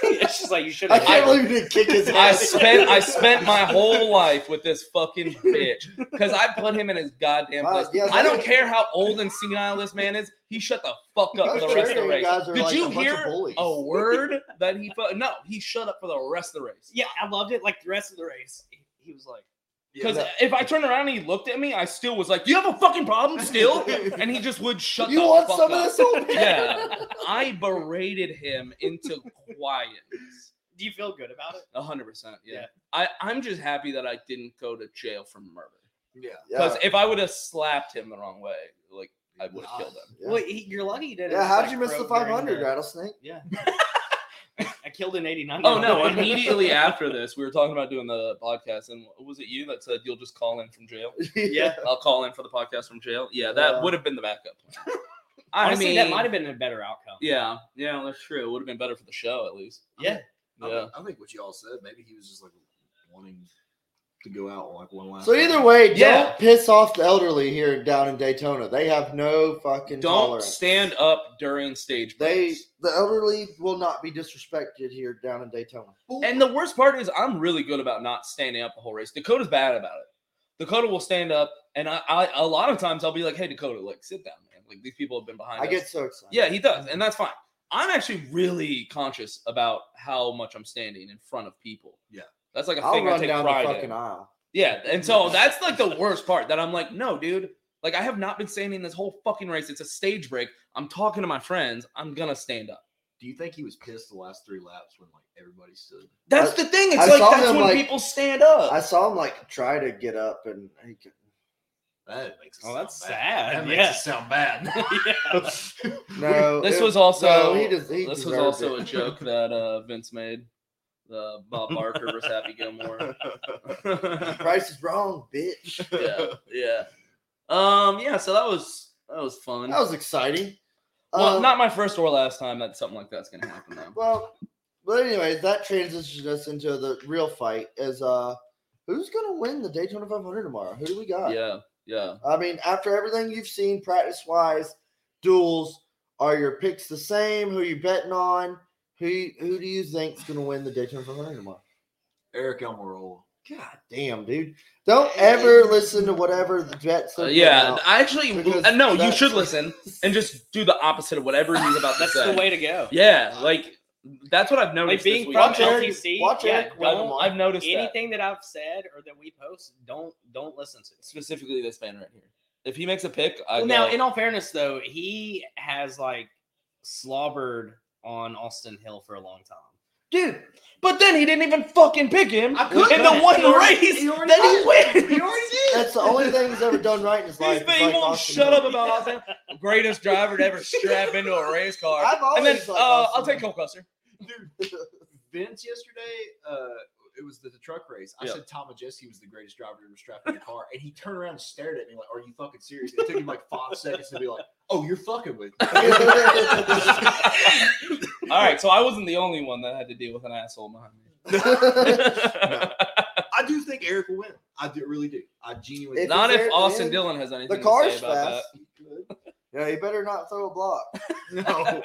Speaker 5: it's just like you should
Speaker 2: I
Speaker 5: have.
Speaker 2: can't believe he didn't kick his
Speaker 3: I
Speaker 2: ass.
Speaker 3: spent I spent my whole life with this fucking bitch because I put him in his goddamn place.
Speaker 2: Uh, yeah,
Speaker 3: I don't
Speaker 2: that-
Speaker 3: care how old and senile this man is. He shut the fuck up for
Speaker 2: Those
Speaker 3: the rest of the
Speaker 2: Trinidad
Speaker 3: race.
Speaker 2: guys are
Speaker 3: Did
Speaker 2: like a
Speaker 3: you
Speaker 2: bunch of
Speaker 3: hear
Speaker 2: bullies.
Speaker 3: a word that he? Fu- no, he shut up for the rest of the race.
Speaker 5: Yeah, I loved it. Like the rest of the race, he, he was like,
Speaker 3: Because if I turned around and he looked at me, I still was like, "Do you have a fucking problem still?" And he just would shut.
Speaker 2: you
Speaker 3: the
Speaker 2: want
Speaker 3: fuck
Speaker 2: some
Speaker 3: up.
Speaker 2: of this old man?
Speaker 3: yeah, I berated him into quietness.
Speaker 5: "Do you feel good about it?"
Speaker 3: A hundred percent. Yeah.
Speaker 5: Yeah.
Speaker 3: I I'm just happy that I didn't go to jail for murder.
Speaker 2: Yeah.
Speaker 3: Because if I would have slapped him the wrong way, like I would have killed him.
Speaker 2: Ah, Yeah.
Speaker 5: Well, he, you're lucky you did it.
Speaker 2: Yeah,
Speaker 5: It's
Speaker 2: how'd
Speaker 5: like uh,
Speaker 2: you miss the
Speaker 5: broke
Speaker 2: 500,
Speaker 5: during the-
Speaker 2: Rattlesnake?
Speaker 5: Yeah. I killed an 89.
Speaker 3: Oh no! Immediately after this, we were talking about doing the podcast, and was it you that said you'll just call in from jail?
Speaker 5: Yeah.
Speaker 3: I'll call in for the podcast from jail. Yeah, that
Speaker 2: Yeah.
Speaker 3: would have been the backup. plan. I
Speaker 5: Honestly,
Speaker 3: mean,
Speaker 5: that might have been a better outcome.
Speaker 3: Yeah, yeah, that's true. It would have been better for the show at least.
Speaker 5: Yeah.
Speaker 4: I,
Speaker 3: Yeah.
Speaker 4: think, I think what y'all said, maybe he was just like wanting to go out like one last.
Speaker 2: So either way,
Speaker 3: Yeah.
Speaker 2: don't piss off the elderly here down in Daytona. They have no fucking
Speaker 3: Don't
Speaker 2: tolerance.
Speaker 3: stand up during stage.
Speaker 2: They
Speaker 3: breaks.
Speaker 2: the elderly will not be disrespected here down in Daytona.
Speaker 3: And the worst part is, I'm really good about not standing up the whole race. Dakota's bad about it. Dakota will stand up, and I, I a lot of times I'll be like, "Hey, Dakota, like sit down, man. Like these people have been behind."
Speaker 2: I
Speaker 3: us."
Speaker 2: get so excited.
Speaker 3: Yeah, he does, and that's fine. I'm actually really conscious about how much I'm standing in front of people.
Speaker 4: Yeah.
Speaker 3: that's like a
Speaker 2: I'll
Speaker 3: thing I
Speaker 2: run
Speaker 3: take
Speaker 2: down the
Speaker 3: pride
Speaker 2: fucking
Speaker 3: in.
Speaker 2: aisle.
Speaker 3: Yeah, and so that's like the worst part that I'm like, no, dude. Like I have not been standing this whole fucking race. It's a stage break. I'm talking to my friends. I'm gonna stand up.
Speaker 4: do you think he was pissed the last three laps when like everybody stood?
Speaker 3: That's
Speaker 2: I-
Speaker 3: the thing. It's
Speaker 2: I
Speaker 3: like
Speaker 2: saw
Speaker 3: that's
Speaker 2: them,
Speaker 3: when
Speaker 2: like-
Speaker 3: people stand up.
Speaker 2: I saw him like try to get up and he could,
Speaker 4: That makes. It
Speaker 5: Oh,
Speaker 4: sound
Speaker 5: that's
Speaker 4: bad.
Speaker 5: sad,
Speaker 4: That makes
Speaker 5: yeah.
Speaker 4: it sound bad.
Speaker 5: yeah.
Speaker 2: no.
Speaker 3: This
Speaker 2: it-
Speaker 3: was also
Speaker 2: no, he just, he
Speaker 3: this was
Speaker 2: deserved
Speaker 3: also
Speaker 2: it.
Speaker 3: a joke that uh, Vince made. The Bob Barker versus Happy Gilmore.
Speaker 2: Price is wrong, bitch.
Speaker 3: yeah, yeah. Um, yeah. So that was that was fun.
Speaker 2: That was exciting.
Speaker 3: well,
Speaker 2: Um,
Speaker 3: not my first or last time that something like that's gonna happen. Though.
Speaker 2: Well, but anyways, that transitions us into the real fight. Is uh, who's gonna win the Daytona 500 tomorrow? Who do we got?
Speaker 3: Yeah, yeah.
Speaker 2: I mean, after everything you've seen practice wise, duels, are your picks the same? Who you betting on? Who you- who do you think's gonna win the Daytona 500 tomorrow?
Speaker 4: Eric Almirola.
Speaker 2: God damn, dude. Don't ever listen to whatever the Jets
Speaker 3: Uh,
Speaker 2: are
Speaker 3: yeah,
Speaker 2: putting out.
Speaker 3: I actually
Speaker 2: Because
Speaker 3: uh, no. You
Speaker 2: that's-
Speaker 3: should listen and just do the opposite of whatever he's about to
Speaker 5: That's
Speaker 3: say.
Speaker 5: the way to go.
Speaker 3: yeah, like that's what I've noticed.
Speaker 5: being
Speaker 3: this
Speaker 5: from
Speaker 2: Watch
Speaker 3: week.
Speaker 2: Eric-
Speaker 5: LTC,
Speaker 2: watch
Speaker 5: yeah,
Speaker 2: Eric Weddle
Speaker 5: don't-
Speaker 2: tomorrow.
Speaker 3: I've noticed that.
Speaker 5: Anything that I've said or that we post, don't don't listen to.
Speaker 3: specifically this man right here. If he makes a pick, I
Speaker 5: Well,
Speaker 3: go,
Speaker 5: now, in all fairness, though, he has like slobbered on Austin Hill for a long time.
Speaker 3: dude. But then he didn't even fucking pick him
Speaker 4: I couldn't.
Speaker 3: in the one
Speaker 4: He already-
Speaker 3: race
Speaker 4: he already
Speaker 3: that he wins.
Speaker 4: He already did.
Speaker 2: That's the only thing he's ever done right in his
Speaker 3: He's
Speaker 2: life.
Speaker 3: been,
Speaker 2: is
Speaker 3: he
Speaker 2: like
Speaker 3: won't
Speaker 2: Austin
Speaker 3: shut
Speaker 2: Hill.
Speaker 3: up about Austin. Greatest driver to ever strap into a race car.
Speaker 2: I've
Speaker 3: and then
Speaker 2: always liked
Speaker 3: uh, I'll
Speaker 2: Austin
Speaker 3: take
Speaker 2: Hill.
Speaker 3: Cole Custer.
Speaker 4: Dude, Vince yesterday, uh, it was the, the truck race. I
Speaker 3: Yeah.
Speaker 4: said Tom Majeski was the greatest driver to ever strap in a car, and he turned around and stared at me like, "Are you fucking serious?" It took him like five seconds to be like, "Oh, you're fucking with." Me.
Speaker 3: All right, so I wasn't the only one that had to deal with an asshole behind me.
Speaker 4: I do think Eric will win. I do, really do. I genuinely.
Speaker 2: If
Speaker 3: Not
Speaker 2: he's
Speaker 3: if
Speaker 2: there at the
Speaker 3: Austin
Speaker 2: end,
Speaker 3: Dillon has anything
Speaker 2: the
Speaker 3: to
Speaker 2: car's
Speaker 3: say about
Speaker 2: fast. Yeah, he better not throw a block.
Speaker 4: no.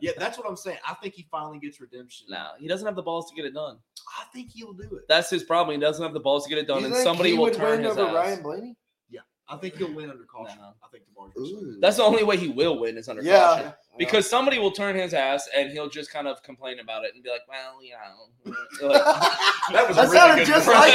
Speaker 4: Yeah, that's what I'm saying. I think he finally gets redemption.
Speaker 3: that. No, he doesn't have the balls to get it done.
Speaker 4: I think he'll do it.
Speaker 3: That's his problem. He doesn't have the balls to get it done,
Speaker 2: You
Speaker 3: and
Speaker 2: think
Speaker 3: somebody
Speaker 2: he
Speaker 3: will
Speaker 2: would
Speaker 3: turn
Speaker 2: win
Speaker 3: his
Speaker 2: over
Speaker 3: ass.
Speaker 2: Ryan Blaney?
Speaker 4: I think he'll win under caution.
Speaker 3: No.
Speaker 4: I think tomorrow's.
Speaker 2: Ooh.
Speaker 3: That's the only way he will win is under
Speaker 2: yeah.
Speaker 3: caution because somebody will turn his ass, and he'll just kind of complain about it and be like, "Well, you know." like-
Speaker 4: That was a
Speaker 2: That
Speaker 4: really
Speaker 2: sounded just
Speaker 4: good point.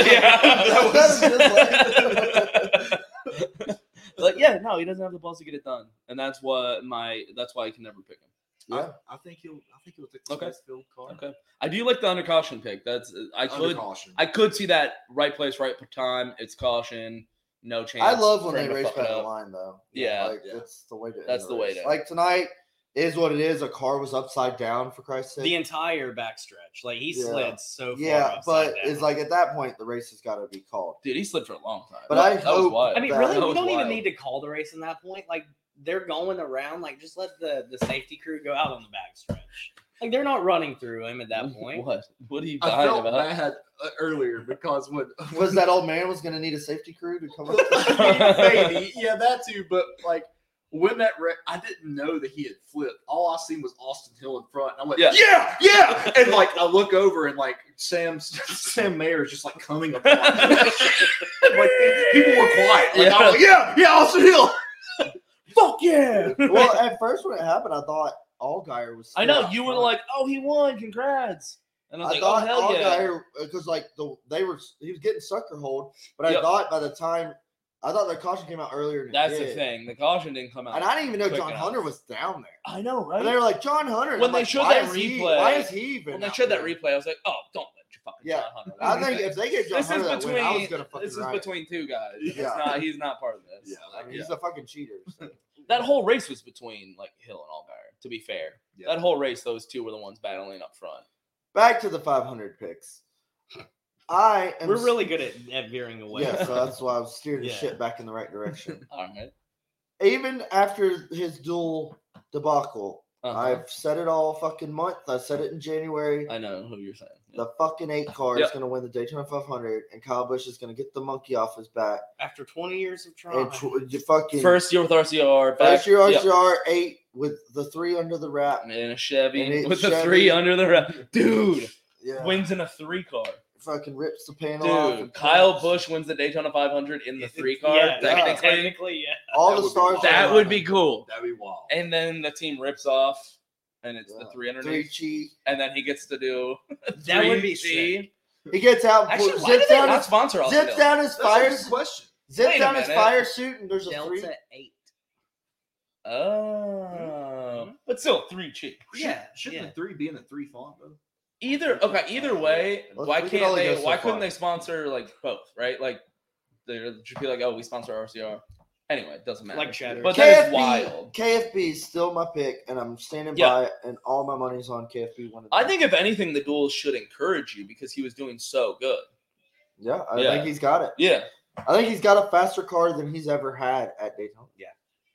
Speaker 2: like him.
Speaker 3: Yeah.
Speaker 4: That was-
Speaker 3: like, yeah, no, he doesn't have the balls to get it done, and that's what my that's why I can never pick him.
Speaker 2: Yeah.
Speaker 4: I, I think he'll. I think he'll take
Speaker 3: Okay.
Speaker 4: the Smithfield card.
Speaker 3: Okay, I do like the under caution pick. That's I
Speaker 4: Under
Speaker 3: could
Speaker 4: caution.
Speaker 3: I could see that right place, right time. It's caution, no chance.
Speaker 2: I love when
Speaker 3: for him
Speaker 2: they
Speaker 3: to
Speaker 2: race
Speaker 3: fuck it
Speaker 2: back the
Speaker 3: up.
Speaker 2: line though.
Speaker 3: Yeah.
Speaker 2: like
Speaker 4: Yeah.
Speaker 2: that's the way to. end
Speaker 3: That's the way
Speaker 2: race.
Speaker 3: to-
Speaker 2: Like tonight is what it is. A car was upside down for Christ's sake.
Speaker 5: The entire backstretch, like he
Speaker 2: Yeah.
Speaker 5: slid so far.
Speaker 2: yeah,
Speaker 5: upside
Speaker 2: but
Speaker 5: down.
Speaker 2: it's like at that point the race has got to be called.
Speaker 3: Dude, he slid for a long time.
Speaker 2: But I
Speaker 3: that was
Speaker 2: hope-
Speaker 3: wild.
Speaker 5: I mean,
Speaker 2: that-
Speaker 5: really,
Speaker 3: that
Speaker 5: we
Speaker 3: was
Speaker 5: don't even
Speaker 3: wild.
Speaker 5: need to call the race in that point. Like they're going around, like just let the the safety crew go out on the backstretch. Like they're not running through him at
Speaker 3: Mm-hmm.
Speaker 5: that point.
Speaker 3: What? What are you
Speaker 4: I
Speaker 3: dying
Speaker 4: felt
Speaker 3: about?
Speaker 4: bad uh, earlier because when
Speaker 2: Was that old man was going to need a safety crew to come up?
Speaker 4: Maybe. yeah, that too. But like when that wreck, I didn't know that he had flipped. All I seen was Austin Hill in front. And I'm like,
Speaker 3: Yeah.
Speaker 4: yeah, yeah, and like I look over and like Sam Sam Mayer is just like coming upon. me. like people were quiet. Like, yeah.
Speaker 3: Yeah.
Speaker 4: I'm like, yeah, yeah, Austin Hill.
Speaker 3: Fuck yeah!
Speaker 2: well, at first when it happened, I thought Allgaier was.
Speaker 3: I
Speaker 2: still
Speaker 3: know
Speaker 2: out
Speaker 3: you were
Speaker 2: front.
Speaker 3: like, "Oh, he won! Congrats!" And I was
Speaker 2: I
Speaker 3: like,
Speaker 2: thought
Speaker 3: "Oh, hell yeah!"
Speaker 2: Allgaier because like the they were he was getting sucker hold, but I
Speaker 3: Yep.
Speaker 2: thought by the time I thought their caution came out earlier. Than it
Speaker 3: That's the
Speaker 2: did.
Speaker 3: thing. The caution didn't come out.
Speaker 2: and I didn't even know
Speaker 3: quick
Speaker 2: John
Speaker 3: enough.
Speaker 2: Hunter was down there.
Speaker 3: I know,
Speaker 2: And they
Speaker 3: right?
Speaker 2: were like John Hunter. and
Speaker 3: When
Speaker 2: I'm
Speaker 3: they
Speaker 2: like,
Speaker 3: showed
Speaker 2: why
Speaker 3: that
Speaker 2: is he-
Speaker 3: replay-
Speaker 2: why is he even?
Speaker 3: When they
Speaker 2: out
Speaker 3: showed that
Speaker 2: there?
Speaker 3: replay, I was like, "Oh, don't let your fucking
Speaker 2: Yeah.
Speaker 3: John Hunter."
Speaker 2: I
Speaker 3: win
Speaker 2: think
Speaker 3: this."
Speaker 2: if they get John
Speaker 3: this
Speaker 2: Hunter
Speaker 3: is
Speaker 2: that win, I was
Speaker 3: between
Speaker 2: gonna fucking
Speaker 3: this is
Speaker 2: riot.
Speaker 3: between two guys. It's
Speaker 2: Yeah.
Speaker 3: not- he's not part of this.
Speaker 4: Yeah,
Speaker 2: I
Speaker 3: Like,
Speaker 2: mean,
Speaker 3: yeah.
Speaker 2: He's a fucking cheater. so.
Speaker 3: That whole race was between like Hill and Allgaier. To be fair,
Speaker 4: Yeah.
Speaker 3: that whole race, those two were the ones battling up front.
Speaker 2: Back to the 500 picks. I am.
Speaker 5: We're really good at, at veering away.
Speaker 2: Yeah, so that's why I was steering
Speaker 5: Yeah.
Speaker 2: the shit back in the right direction.
Speaker 3: All right.
Speaker 2: Even after his dual debacle,
Speaker 3: Uh-huh.
Speaker 2: I've said it all fucking month. I said it in January.
Speaker 3: I know who you're saying.
Speaker 2: The fucking eight car
Speaker 3: Yeah.
Speaker 2: is going to win the Daytona 500, and Kyle Busch is going to get the monkey off his back.
Speaker 5: After 20 years of trying,
Speaker 2: And tw- you fucking
Speaker 3: First year with RCR, back,
Speaker 2: First year
Speaker 3: yeah,
Speaker 2: RCR eight with the three under the wrap.
Speaker 3: in a Chevy
Speaker 2: And it-
Speaker 3: with the
Speaker 2: Chevy.
Speaker 3: three under the wrap. Dude
Speaker 2: Yeah,
Speaker 3: wins in a three car.
Speaker 2: fucking rips the panel off.
Speaker 3: Dude,
Speaker 2: and-
Speaker 3: Kyle Bush wins the Daytona 500 in the three car.
Speaker 5: yeah,
Speaker 3: technically,
Speaker 5: technically, yeah.
Speaker 2: All
Speaker 4: That
Speaker 2: the
Speaker 4: would be
Speaker 2: stars.
Speaker 4: wild.
Speaker 3: that
Speaker 2: are
Speaker 3: would be cool.
Speaker 4: That'd be wild.
Speaker 3: And then the team rips off, and it's
Speaker 2: Yeah.
Speaker 3: the three
Speaker 2: on. three
Speaker 3: underneath,
Speaker 2: cheat.
Speaker 3: and then he gets to do
Speaker 5: That
Speaker 3: three
Speaker 5: would be
Speaker 3: G.
Speaker 5: sick.
Speaker 2: He gets out,
Speaker 3: Actually,
Speaker 2: zips
Speaker 3: why did they
Speaker 2: down,
Speaker 3: not
Speaker 2: his,
Speaker 3: sponsor all
Speaker 2: zips down his
Speaker 4: That's a
Speaker 2: fire,
Speaker 4: good question.
Speaker 3: Wait
Speaker 2: zips
Speaker 3: a
Speaker 2: down his
Speaker 3: minute.
Speaker 2: fire suit, and there's a three.
Speaker 5: eight. Mm-hmm.
Speaker 3: Oh, but still three cheap.
Speaker 5: Yeah,
Speaker 4: Shouldn't
Speaker 5: yeah.
Speaker 4: the three be in the three font though?
Speaker 3: Either okay, either way,
Speaker 2: Let's-
Speaker 3: why
Speaker 2: we can
Speaker 3: can't
Speaker 2: only
Speaker 3: they?
Speaker 2: go so
Speaker 3: why couldn't
Speaker 2: far.
Speaker 3: they sponsor like both? Right, like they should be like, oh, we sponsor RCR. Anyway, it doesn't matter.
Speaker 5: Like Cheddar.
Speaker 3: but that is
Speaker 2: KFB,
Speaker 3: wild.
Speaker 2: KFB is still my pick, and I'm standing
Speaker 3: Yeah.
Speaker 2: by it, and all my money's on KFB. One of
Speaker 3: I think if anything, the duel should encourage you because he was doing so good.
Speaker 2: yeah, I
Speaker 3: Yeah.
Speaker 2: think he's got it.
Speaker 3: Yeah,
Speaker 2: I think he's got a faster car than he's ever had at Daytona.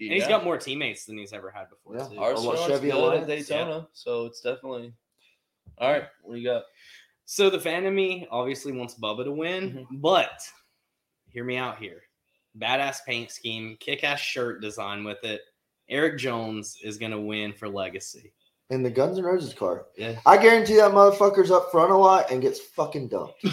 Speaker 5: And he's got more teammates than he's ever had before.
Speaker 2: Yeah.
Speaker 5: too.
Speaker 2: Ours-
Speaker 3: Arsenal's
Speaker 2: Chevy
Speaker 3: good
Speaker 2: Alliance.
Speaker 3: at Daytona, so it's definitely all right. What do you got?
Speaker 5: So the fan in me obviously wants Bubba to win,
Speaker 2: Mm-hmm.
Speaker 5: but hear me out here. Badass paint scheme, kick ass shirt design with it. Eric Jones is gonna win for legacy.
Speaker 2: In the Guns N' Roses car,
Speaker 5: Yeah.
Speaker 2: I guarantee that motherfucker's up front a lot and gets fucking dumped.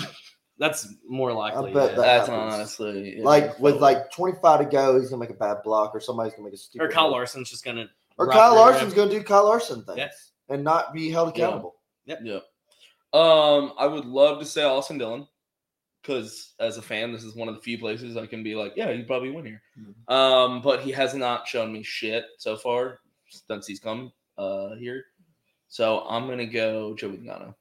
Speaker 5: That's more likely.
Speaker 2: bet
Speaker 5: yeah.
Speaker 2: that-
Speaker 3: That's
Speaker 2: happens.
Speaker 3: honestly yeah.
Speaker 2: Like with like 25 to go, he's gonna make a bad block, or somebody's gonna make a stupid.
Speaker 5: or Kyle
Speaker 2: move.
Speaker 5: Larson's just gonna
Speaker 2: Or
Speaker 5: rob
Speaker 2: Kyle
Speaker 5: Ritter
Speaker 2: Larson's
Speaker 5: every-
Speaker 2: gonna do Kyle Larson things
Speaker 5: Yeah.
Speaker 2: and not be held accountable.
Speaker 3: Yeah. Um, I would love to say Austin Dillon because as a fan, this is one of the few places I can be like, yeah, you probably win here.
Speaker 4: Mm-hmm.
Speaker 3: Um, but he has not shown me shit so far since he's come uh here. So I'm gonna go Joe Vigano.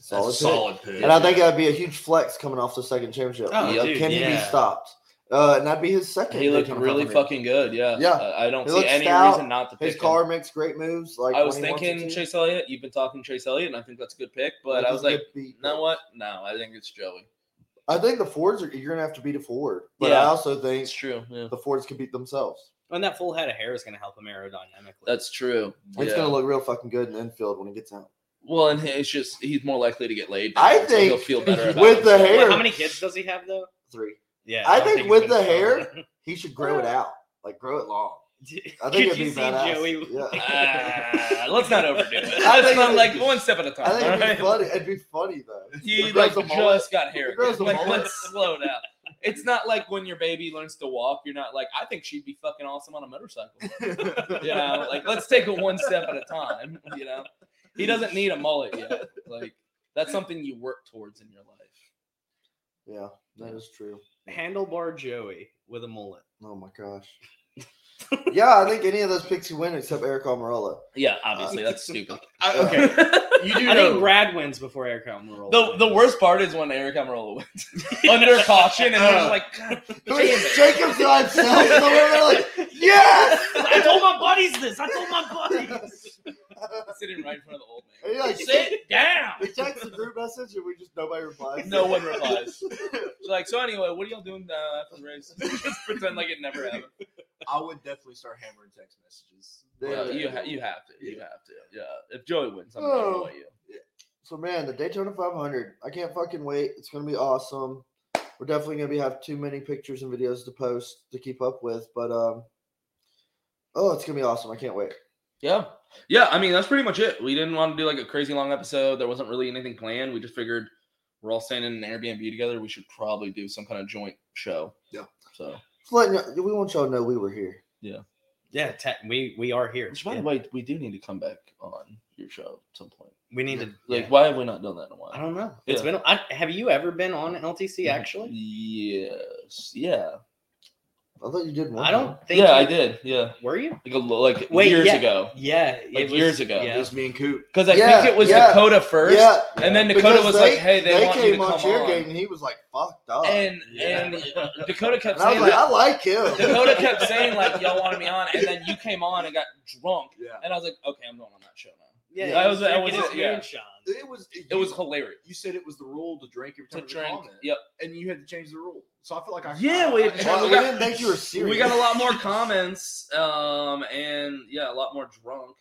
Speaker 2: Solid pick.
Speaker 4: solid pick.
Speaker 2: And I think that'd be a huge flex coming off the second championship.
Speaker 5: Oh,
Speaker 3: Yep.
Speaker 5: dude,
Speaker 2: Can
Speaker 5: yeah.
Speaker 2: he be stopped? Uh, and that'd be his second.
Speaker 3: He looked
Speaker 2: Daytona
Speaker 3: really
Speaker 2: 500.
Speaker 3: fucking good. Yeah.
Speaker 2: Yeah.
Speaker 3: I, I don't
Speaker 2: He
Speaker 3: see
Speaker 2: looked
Speaker 3: any
Speaker 2: stout.
Speaker 3: reason not to pick
Speaker 2: His
Speaker 3: him.
Speaker 2: car makes great moves. Like
Speaker 3: I was
Speaker 2: when he wants it
Speaker 3: thinking
Speaker 2: to.
Speaker 3: Chase Elliott. You've been talking Chase Elliott, and I think that's a good pick. But I
Speaker 2: he's
Speaker 3: was
Speaker 2: a good
Speaker 3: like,
Speaker 2: beat.
Speaker 3: you know what? No, I think it's Joey.
Speaker 2: I think the Fords are you're gonna have to beat a Ford, but I
Speaker 3: Yeah.
Speaker 2: also think
Speaker 3: It's true. Yeah.
Speaker 2: the Fords can beat themselves.
Speaker 5: and that full head of hair is gonna help him aerodynamically.
Speaker 3: That's true.
Speaker 2: It's
Speaker 3: Yeah.
Speaker 2: gonna look real fucking good in the infield when he gets out.
Speaker 3: Well, and it's just he's more likely to get laid.
Speaker 2: I
Speaker 3: so
Speaker 2: think
Speaker 3: he'll feel better about
Speaker 2: with the
Speaker 3: himself.
Speaker 2: hair-
Speaker 5: Wait, how many kids does he have though?
Speaker 2: Three.
Speaker 5: Yeah,
Speaker 2: I
Speaker 5: don't
Speaker 2: think
Speaker 5: he's
Speaker 2: with
Speaker 5: gonna
Speaker 2: the
Speaker 5: show
Speaker 2: hair-
Speaker 5: it.
Speaker 2: He should grow it out, like grow it long. I think
Speaker 5: Could
Speaker 2: it'd
Speaker 5: you
Speaker 2: be
Speaker 5: see
Speaker 2: badass.
Speaker 5: Joey?
Speaker 2: Yeah.
Speaker 3: Ah, let's not overdo it.
Speaker 2: I
Speaker 3: Let's
Speaker 2: think
Speaker 3: not
Speaker 2: it-
Speaker 3: like one step at a time.
Speaker 2: I think it'd be
Speaker 3: all right?
Speaker 2: funny. It'd be funny though.
Speaker 3: You
Speaker 2: He
Speaker 3: like
Speaker 2: grows a mullet.
Speaker 3: just got hair.
Speaker 2: He grows a
Speaker 3: Like,
Speaker 2: mullet.
Speaker 3: let's slow down. It's not like when your baby learns to walk. You're not like I think she'd be fucking awesome on a motorcycle. You know, like let's take it one step at a time. You know, he doesn't need a mullet yet. Like that's something you work towards in your life.
Speaker 2: Yeah, that is true.
Speaker 5: Handlebar Joey with a mullet.
Speaker 2: Oh my gosh. yeah, I think any of those picks you win except Eric Almirola.
Speaker 3: Yeah, obviously that's stupid.
Speaker 4: I- okay, you do
Speaker 5: I
Speaker 4: know
Speaker 5: think Brad wins before Eric Almirola.
Speaker 3: The the
Speaker 5: wins.
Speaker 3: worst part is when Eric Amarola went under caution,
Speaker 2: Uh-huh.
Speaker 3: and they're like, God,
Speaker 2: Who is Jacob's by himself? in the room, they're like, yes.
Speaker 5: I told my buddies this. I told my buddies.
Speaker 3: sitting right in front of the old
Speaker 2: And
Speaker 3: man.
Speaker 2: he, like,
Speaker 3: Sit down.
Speaker 2: We text the group message and we just nobody replies.
Speaker 3: No one replies. She's like, so anyway, what are y'all doing uh, after the race? Just pretend like it never happened.
Speaker 4: I would definitely start hammering text messages.
Speaker 3: Well,
Speaker 2: Yeah.
Speaker 3: you ha- you have to, you have to. Yeah, if Joey wins, I'm
Speaker 2: Oh.
Speaker 3: going to you.
Speaker 2: So man, the Daytona 500. I can't fucking wait. It's gonna be awesome. We're definitely gonna be have too many pictures and videos to post to keep up with, but um, oh, it's gonna be awesome. I can't wait.
Speaker 3: Yeah. Yeah, I mean that's pretty much it. We didn't want to do like a crazy long episode. There wasn't really anything planned. We just figured we're all staying in an Airbnb together. We should probably do some kind of joint show.
Speaker 4: Yeah.
Speaker 3: So
Speaker 2: Just letting y- we want y'all to know we were here.
Speaker 5: Yeah, te- we we are here.
Speaker 3: Which, by
Speaker 5: Yeah.
Speaker 3: the way, we do need to come back on your show at some point.
Speaker 5: we need to
Speaker 3: Like,
Speaker 5: yeah.
Speaker 3: why have we not done that in a while?
Speaker 5: I don't know. It's
Speaker 3: Yeah.
Speaker 5: been. I, have you ever been on LTC? Actually,
Speaker 3: Yes. Yeah.
Speaker 2: I thought you did one.
Speaker 5: I
Speaker 2: time.
Speaker 5: don't think.
Speaker 3: yeah, I
Speaker 5: you-
Speaker 3: did. Yeah.
Speaker 5: Were you?
Speaker 3: Like a, lo- like
Speaker 5: Wait,
Speaker 3: years
Speaker 5: yeah.
Speaker 3: ago.
Speaker 5: Yeah,
Speaker 3: Like years ago.
Speaker 4: It
Speaker 5: Yeah.
Speaker 4: was me and Coop.
Speaker 3: Because I
Speaker 2: Yeah,
Speaker 3: think it was
Speaker 2: yeah.
Speaker 3: Dakota first.
Speaker 2: Yeah,
Speaker 3: And then Dakota
Speaker 2: because
Speaker 3: was like, "Hey, they, want you to come
Speaker 2: Chair
Speaker 3: on."
Speaker 2: Gang and he was like, "Fuck dog." And,
Speaker 3: And and Dakota kept
Speaker 2: I was
Speaker 3: saying
Speaker 2: like, "Oh."
Speaker 3: like,
Speaker 2: "I like him."
Speaker 3: Dakota kept saying like y'all wanted me on, and then you came on and got drunk,
Speaker 4: Yeah,
Speaker 3: and I was like, okay, I'm going on that show now.
Speaker 5: Yeah,
Speaker 3: I
Speaker 5: he
Speaker 3: was- I was-
Speaker 5: drinking his
Speaker 3: yeah.
Speaker 5: moonshine.
Speaker 4: it was.
Speaker 3: It was hilarious.
Speaker 4: You said it was the rule to drink every
Speaker 3: To
Speaker 4: time you
Speaker 3: drink,
Speaker 4: comment,
Speaker 3: yep.
Speaker 4: and you had to change the rule. So I feel like I
Speaker 3: Yeah, we had to
Speaker 2: Well,
Speaker 3: we
Speaker 2: we
Speaker 3: got-
Speaker 2: didn't think you were serious.
Speaker 3: We got a lot more comments, um, and yeah, a lot more drunk.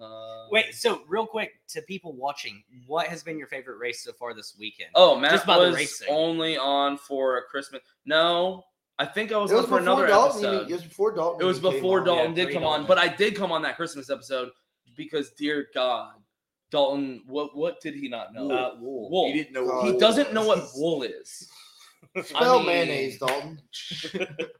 Speaker 3: Uh,
Speaker 5: Wait, so real quick to people watching, what has been your favorite race so far this weekend?
Speaker 3: Oh, Matt
Speaker 5: Just by the
Speaker 3: was
Speaker 5: racing.
Speaker 3: only on for a Christmas. No, I think I was,
Speaker 2: It was
Speaker 3: on for
Speaker 2: before
Speaker 3: another
Speaker 2: Dalton. even-
Speaker 3: episode.
Speaker 2: It was before Dalton.
Speaker 3: It was
Speaker 2: even Oh, came
Speaker 3: before
Speaker 2: on.
Speaker 3: Dalton
Speaker 5: Yeah,
Speaker 3: did
Speaker 5: pre-
Speaker 3: come
Speaker 5: Dalton.
Speaker 3: on, but I did come on that Christmas episode because, dear God, Dalton, what what did he not know?
Speaker 5: Uh,
Speaker 4: wool.
Speaker 3: Wool.
Speaker 4: You didn't know.
Speaker 2: Uh,
Speaker 4: what
Speaker 3: he
Speaker 4: wool
Speaker 3: doesn't know what
Speaker 4: was.
Speaker 3: wool is.
Speaker 2: Spell
Speaker 3: I mean-
Speaker 2: mayonnaise, Dalton.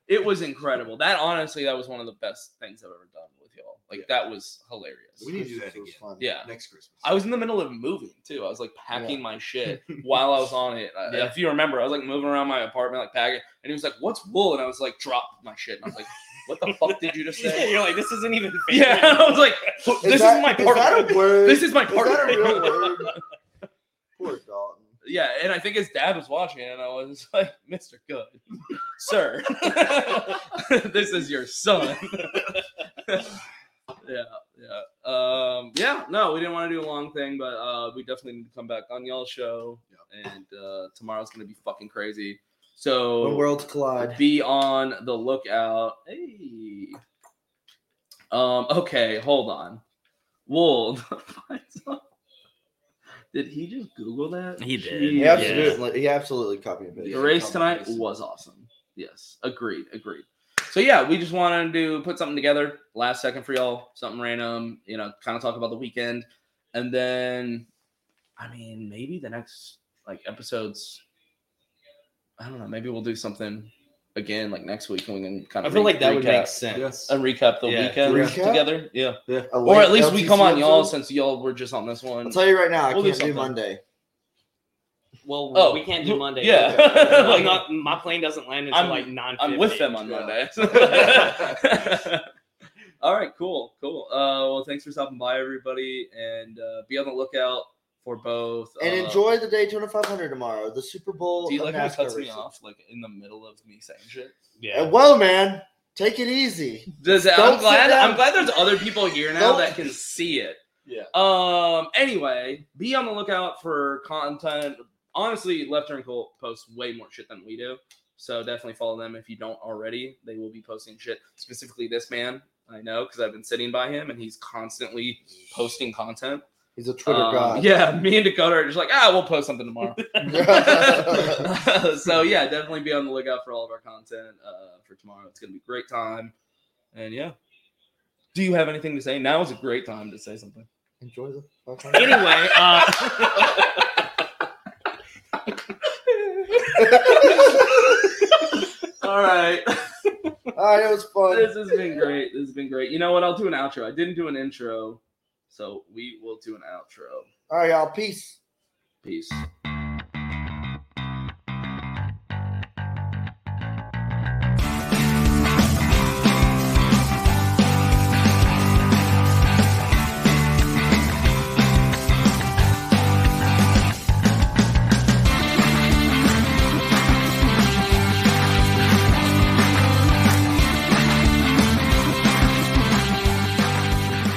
Speaker 3: It was incredible. That honestly, that was one of the best things I've ever done with y'all. Like that was hilarious.
Speaker 4: We need to do that
Speaker 2: It was
Speaker 4: again.
Speaker 2: fun.
Speaker 3: Yeah.
Speaker 4: Next Christmas.
Speaker 3: I was in the middle of moving too. I was like packing my shit while I was on it. I-
Speaker 5: Yeah.
Speaker 3: If you remember, I was like moving around my apartment, like packing, and he was like, "What's wool?" And I was like, "Drop my shit." And I was like, "What the fuck did you just
Speaker 5: Yeah,
Speaker 3: say?"
Speaker 5: you're like this isn't even. fair.
Speaker 3: yeah, and I was like,
Speaker 2: Is
Speaker 3: "This is
Speaker 2: that-
Speaker 3: my
Speaker 2: Is that a
Speaker 3: apartment.
Speaker 2: word?
Speaker 3: This is my
Speaker 2: Is that a real
Speaker 3: apartment."
Speaker 2: word? Poor Dalton.
Speaker 3: Yeah, and I think his dad was watching, it, and I was like, "Mr. Good, sir, this is your son." yeah, yeah, um, yeah. No, we didn't want to do a long thing, but uh, we definitely need to come back on y'all's show, and uh, tomorrow's gonna be fucking crazy. So
Speaker 2: When worlds collide.
Speaker 3: be on the lookout. Hey. Um, okay, hold on. Wool. did he just Google that?
Speaker 5: He did.
Speaker 3: Jeez.
Speaker 2: He
Speaker 5: Yeah.
Speaker 2: absolutely, he absolutely copied and
Speaker 3: The
Speaker 2: pasted.
Speaker 3: race tonight was awesome. Yes, agreed, agreed. So yeah, we just wanted to put something together last second for y'all, something random, you know, kind of talk about the weekend, and then, I mean, maybe the next like episodes I don't know. Maybe we'll do something again like next week, and we can kind
Speaker 5: I
Speaker 3: of.
Speaker 5: feel like that
Speaker 3: recap,
Speaker 5: would make sense.
Speaker 4: Yes.
Speaker 3: a recap the
Speaker 5: Yeah,
Speaker 3: weekend
Speaker 2: recap.
Speaker 3: together. Yeah,
Speaker 4: Yeah.
Speaker 2: A
Speaker 3: or
Speaker 2: late
Speaker 3: at least we
Speaker 2: LTC
Speaker 3: come on y'all
Speaker 2: episode?
Speaker 3: since y'all were just on this one.
Speaker 2: I'll tell you right now, I
Speaker 3: We'll do
Speaker 2: can't do
Speaker 3: something.
Speaker 2: Monday.
Speaker 5: Well,
Speaker 3: Oh,
Speaker 5: we can't do
Speaker 3: you-
Speaker 5: Monday.
Speaker 3: yeah.
Speaker 5: I'm
Speaker 3: Like-
Speaker 5: not- my plane doesn't land until
Speaker 3: I'm-
Speaker 5: like nine.
Speaker 3: I'm with them on
Speaker 4: Yeah.
Speaker 3: Monday. All right, cool, cool. Uh, well, thanks for stopping by, everybody, and uh, be on the lookout for both.
Speaker 2: And
Speaker 3: uh,
Speaker 2: enjoy the Daytona 500 tomorrow, the Super Bowl.
Speaker 3: Do you
Speaker 2: of
Speaker 3: like how it
Speaker 2: NASCAR
Speaker 3: cuts me
Speaker 2: racing.
Speaker 3: off like in the middle of me saying shit?
Speaker 5: Yeah.
Speaker 2: And Uh, Well, man, take it easy.
Speaker 3: Does that,
Speaker 2: Don't
Speaker 3: I'm glad.
Speaker 2: sit down.
Speaker 3: I'm glad there's other people here now
Speaker 2: Don't-
Speaker 3: that can see it.
Speaker 4: Yeah.
Speaker 3: Um. Anyway, be on the lookout for content. Honestly, Left Turn Cult posts way more shit than we do, so definitely follow them if you don't already. They will be posting shit. Specifically, this man I know because I've been sitting by him and he's constantly posting content.
Speaker 2: He's a Twitter
Speaker 3: Um,
Speaker 2: god.
Speaker 3: Yeah, me and Dakota are just like, ah, we'll post something tomorrow. so yeah, definitely be on the lookout for all of our content uh, for tomorrow. It's gonna be a great time, and yeah. Do you have anything to say? Now is a great time to say something.
Speaker 2: Enjoy the 500.
Speaker 5: anyway, uh,
Speaker 3: All right,
Speaker 2: All right, it was fun.
Speaker 3: this has been great. This has been great. You know what? I'll do an outro. I didn't do an intro, so we will do an outro.
Speaker 2: All right, y'all. Peace.
Speaker 3: Peace.